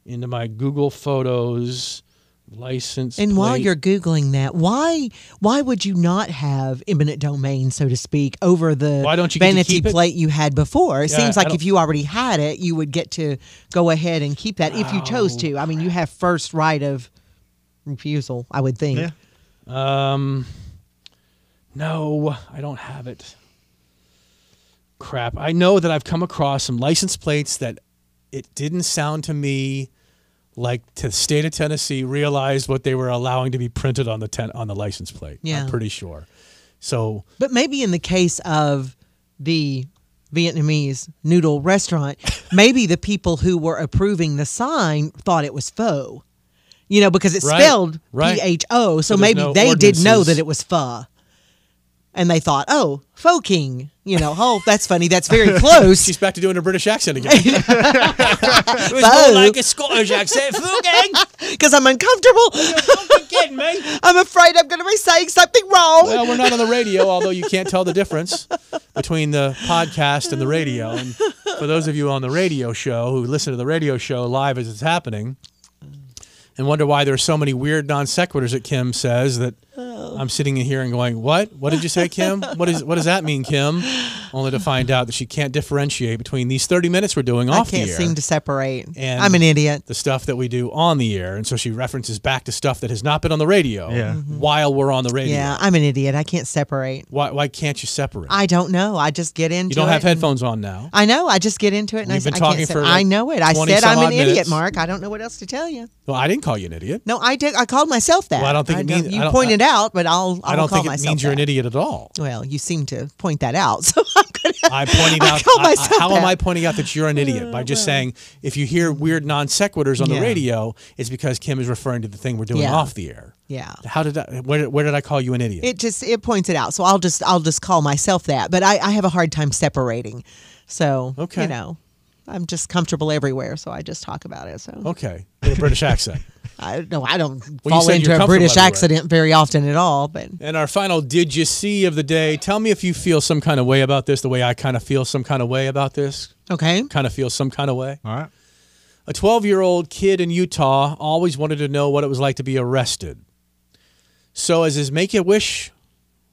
into my Google Photos, license. And while plate- you're googling that, why why would you not have eminent domain, so to speak, over the Why don't you get to vanity keep it? plate you had before? It Yeah, seems I like don't- if you already had it, you would get to go ahead and keep that if you chose Oh, to. I mean, you have first right of refusal, I would think. Yeah. Um, no, I don't have it. Crap. I know that I've come across some license plates that it didn't sound to me like the state of Tennessee realized what they were allowing to be printed on the ten- on the license plate. Yeah. I'm pretty sure. So But maybe in the case of the Vietnamese [laughs] noodle restaurant, maybe the people who were approving the sign thought it was pho. You know, because it's Right, spelled right. P H O, So so there's maybe no they did know ordinances. that it was pho. And they thought, oh, pho king. You know, oh, that's funny. That's [laughs] very close. She's back to doing a British accent [laughs] again. it was Pho. more like a Scottish accent. Pho gang. Because I'm uncomfortable. kidding me? I'm afraid I'm going to be saying something wrong. Well, we're not on the radio, although you can't tell the difference between the podcast and the radio. And for those of you on the radio show who listen to the radio show live as it's happening and wonder why there's so many weird non sequiturs that Kim says that Oh. I'm sitting in here and going, What? What did you say, Kim? What is what does that mean, Kim? Only to find out that she can't differentiate between these thirty minutes we're doing I off can't the air seem to separate. and I'm an idiot. The stuff that we do on the air, and so she references back to stuff that has not been on the radio Yeah. while we're on the radio. Mm-hmm. Yeah, I'm an idiot. I can't separate. Why, why can't you separate? I don't know. I just get into you don't it have and- headphones on now. I know. I just get into it and I We've say- been I, talking can't say, for I know it. I 20 said some I'm an odd idiot, minutes. Mark. I don't know what else to tell you. Well, I didn't call you an idiot. No, I did. I called myself that. Well, I don't think it means- You I don't- pointed out, but I'll. I'll I don't call think it myself means you're an that. idiot at all. Well, you seem to point that out. [laughs] So I'm gonna. I pointed [laughs] I out. call I- I- myself how am that. I pointing out that you're an idiot by just saying if you hear weird non sequiturs on Yeah. the radio, it's because Kim is referring to the thing we're doing Yeah. off the air. Yeah. How did I? Where, where did I call you an idiot? It just it points it out. So I'll just I'll just call myself that. But I I have a hard time separating. So Okay. you know, I'm just comfortable everywhere. So I just talk about it. So okay, with a British [laughs] accent. I no, I don't Oh. you fall said you're into a comfortable British everywhere. accident very often at all. But And our final did you see of the day. Tell me if you feel some kind of way about this, the way I kind of feel some kind of way about this. okay. Kind of feel some kind of way. All right. A 12 year old kid in Utah always wanted to know what it was like to be arrested. So as his make a wish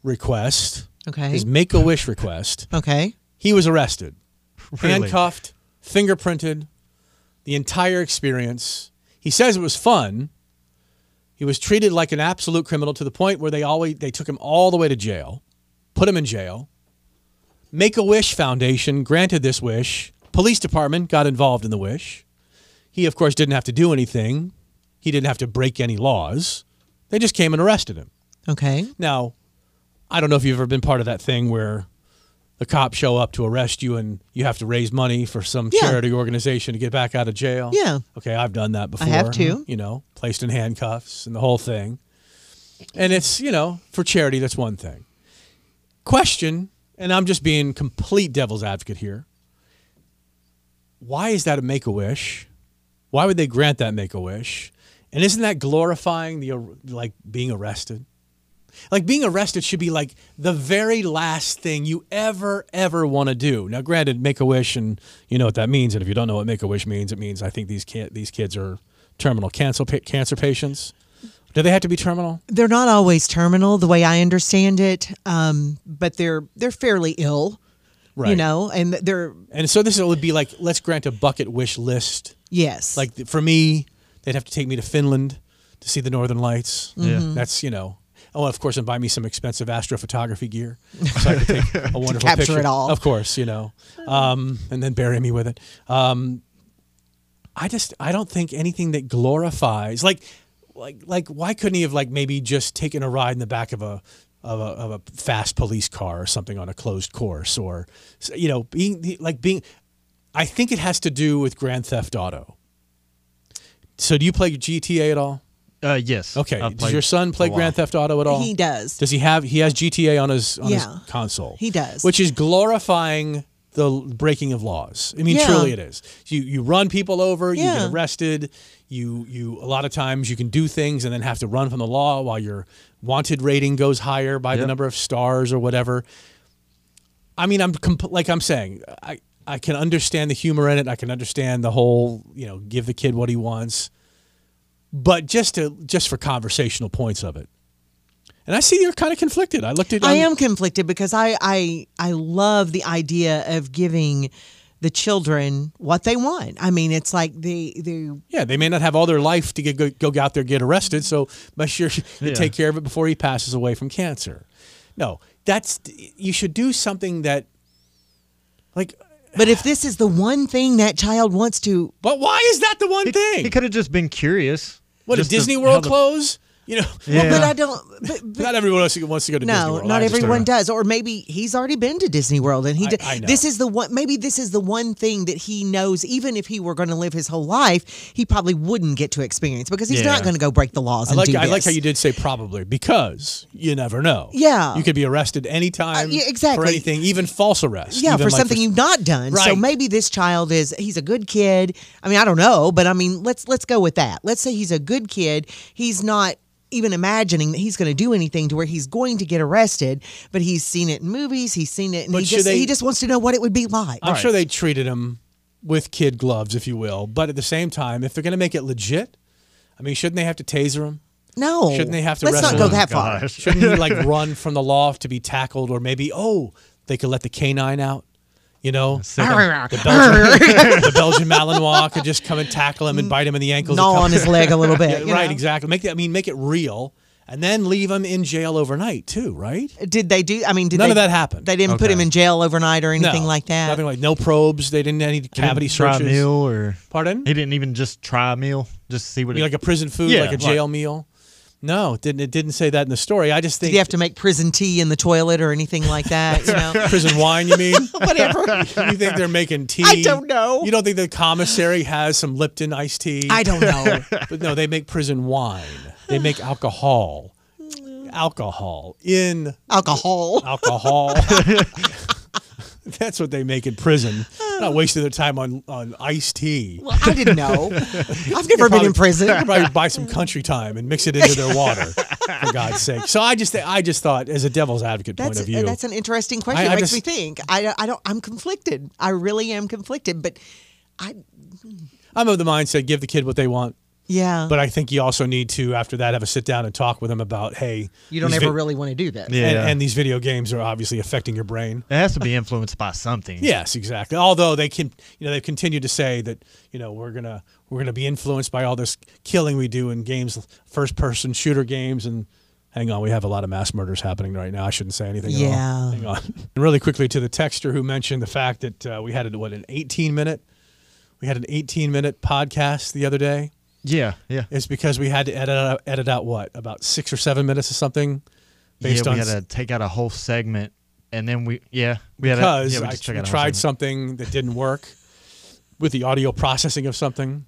request, Okay. his make a wish request, Okay. he was arrested, Really? handcuffed, fingerprinted, the entire experience. He says it was fun. He was treated like an absolute criminal to the point where they always they took him all the way to jail, put him in jail. Make a Wish Foundation granted this wish. Police department got involved in the wish. He of course didn't have to do anything. He didn't have to break any laws. They just came and arrested him. Okay. Now, I don't know if you've ever been part of that thing where the cops show up to arrest you and you have to raise money for some Yeah. charity organization to get back out of jail. Yeah. Okay, I've done that I before. have too. You know, placed in handcuffs and the whole thing. And it's, you know, for charity, that's one thing. Question, and I'm just being complete devil's advocate here. Why is that a make a wish? Why would they grant that make a wish? And isn't that glorifying the ar- like being arrested? Like being arrested should be like the very last thing you ever ever want to do. Now, granted, Make a Wish, and you know what that means. And if you don't know what Make a Wish means, it means I think these can- these kids are terminal cancel pa- cancer patients. Do they have to be terminal? They're not always terminal, the way I understand it, um, but they're they're fairly ill, you Right. know, and they're And so this would be like let's grant a bucket wish list. Yes. Like th- for me, they'd have to take me to Finland to see the Northern Lights. Yeah. Mhm. That's you know. Oh, of course, and buy me some expensive astrophotography gear so I could take a wonderful capture picture. it all. Of course, you know, um, and then bury me with it. Um, I just I don't think anything that glorifies like like like why couldn't he have like maybe just taken a ride in the back of a of a, of a fast police car or something on a closed course or you know being like being I think it has to do with Grand Theft Auto. So do you play GTA at all? Uh, yes. Okay. I've Does played your son play a lot. Grand Theft Auto at all? He does. Does he have? He has GTA on his on Yeah. his console. He does. Which is glorifying the l- breaking of laws. I mean, Yeah. truly it is. You you run people over. You Yeah. get arrested. You you a lot of times you can do things and then have to run from the law while your wanted rating goes higher by the number of stars or whatever. I mean, I'm comp- like I'm saying, I I can understand the humor in it. I can understand the whole, you know, give the kid what he wants, but just to just for conversational points of it. And I see you're kind of conflicted. I looked at. um, I am conflicted because I I I love the idea of giving the children what they want. I mean, it's like they they Yeah, they may not have all their life to get, go, go out there and get arrested, so make sure [laughs] you Yeah. take care of it before he passes away from cancer. No, that's you should do something that like But if this is the one thing that child wants to But why is that the one thing? He could have just been curious. What did Just the- Disney how World the- close? You know, Well, but Yeah. I don't. But, not everyone else wants to go to Disney No, World. not I just everyone don't know. does. Or maybe he's already been to Disney World and he I- did. I know. This is the one maybe this is the one thing that he knows even if he were going to live his whole life, he probably wouldn't get to experience because he's not Yeah. going to go break the laws I and like, do I like how this. you did say probably because you never know. Yeah. You could be arrested anytime Uh, yeah, for exactly. anything, even false arrest. yeah, even for like something you've not done. So Right. maybe this child is he's a good kid. I mean, I don't know, but I mean, let's let's go with that. Let's say he's a good kid. He's not even imagining that he's going to do anything to where he's going to get arrested, but he's seen it in movies, he's seen it and But he should just they- he just wants to know what it would be like. I'm sure they treated him with kid gloves, if you will. But at the same time, if they're going to make it legit, I mean, shouldn't they have to taser him? No. Shouldn't they have to Let's wrestle not go him? that far. Shouldn't he like run from the loft to be tackled, or maybe oh, they could let the canine out. You know, the, the Belgian, [laughs] the Belgian Malinois could just come and tackle him and bite him in the ankles, and [laughs] Gnaw come- on his leg a little [laughs] bit, Yeah, you Uh, right, know? exactly. Make that. I mean, make it real, and then leave him in jail overnight too. Right? Did they do? I mean, did None they- of that happened. They didn't put him in jail overnight or anything No, like that. Nothing like no probes. They didn't any cavity try a searches. meal or pardon? He didn't even just try a meal, just see what You it, like a prison food, Yeah, like a jail meal. No, it didn't it didn't say that in the story. I just Did think you have to make prison tea in the toilet or anything like that? [laughs] You know, [laughs] prison wine. You mean [laughs] Whatever. You think they're making tea? I don't know. You don't think the commissary has some Lipton iced tea? [laughs] I don't know. but no, they make prison wine. They make alcohol. Alcohol in alcohol. [laughs] Alcohol. [laughs] That's what they make in prison. Not wasting their time on on iced tea. Well, I [laughs] didn't know. I've never been in prison. They could probably buy some country time and mix it into their water, [laughs] for God's sake. So I just, I just thought, as a devil's advocate That's point of view, that's an interesting question. I- it I makes me just- think. I I don't. I'm conflicted. I really am conflicted. But I'm of the mindset: give the kid what they want. Yeah. But I think you also need to, after that, have a sit down and talk with them about, hey, You don't these ever vi- really want to do that. and- and, these video games are obviously affecting your brain. It has to be influenced by something. Yes, exactly. Although they can, you know, they continue to say that you know we're gonna we're gonna be influenced by all this killing we do in games, first person shooter games, and hang on, we have a lot of mass murders happening right now. I shouldn't say anything. at all. Yeah. Hang on. [laughs] And really quickly to the texter who mentioned the fact that uh, we had what an 18 minute, we had an 18 minute podcast the other day. Yeah, yeah. It's because we had to edit out, edit out what about six or seven minutes or something, based yeah, on we had to take out a whole segment, and then we yeah we had because to, yeah, I just took we out a whole tried segment. something that didn't work with the audio processing of something,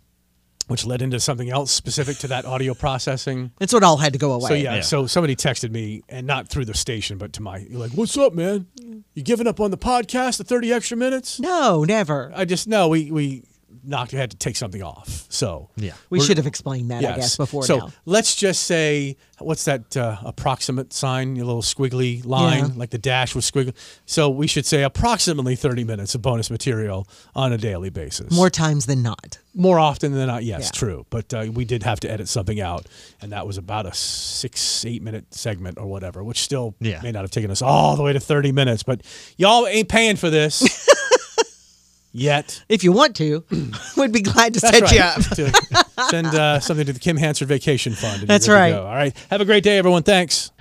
which led into something else specific to that audio processing. That's what all had to go away. So yeah, so somebody texted me, and not through the station, but to my, you're like, "What's up, man? You giving up on the podcast? The thirty extra minutes?" No, never. I just no, we we knocked. had to take something off. So yeah, We We're- should have explained that, I guess, before so now. let's just say, what's that uh, approximate sign? Your little squiggly line, Yeah. like the dash was squiggly. So we should say approximately 30 minutes of bonus material on a daily basis. More times than not. More often than not, yes, true. But uh, we did have to edit something out, and that was about a six, eight minute segment or whatever, which still Yeah. may not have taken us all the way to 30 minutes. But y'all ain't paying for [laughs] this yet. If you want to, [clears throat] we'd be glad to That's set you up. right. [laughs] To send uh, something to the Kim Hansard Vacation Fund. and you're That's good to right. go. All right. Have a great day, everyone. Thanks.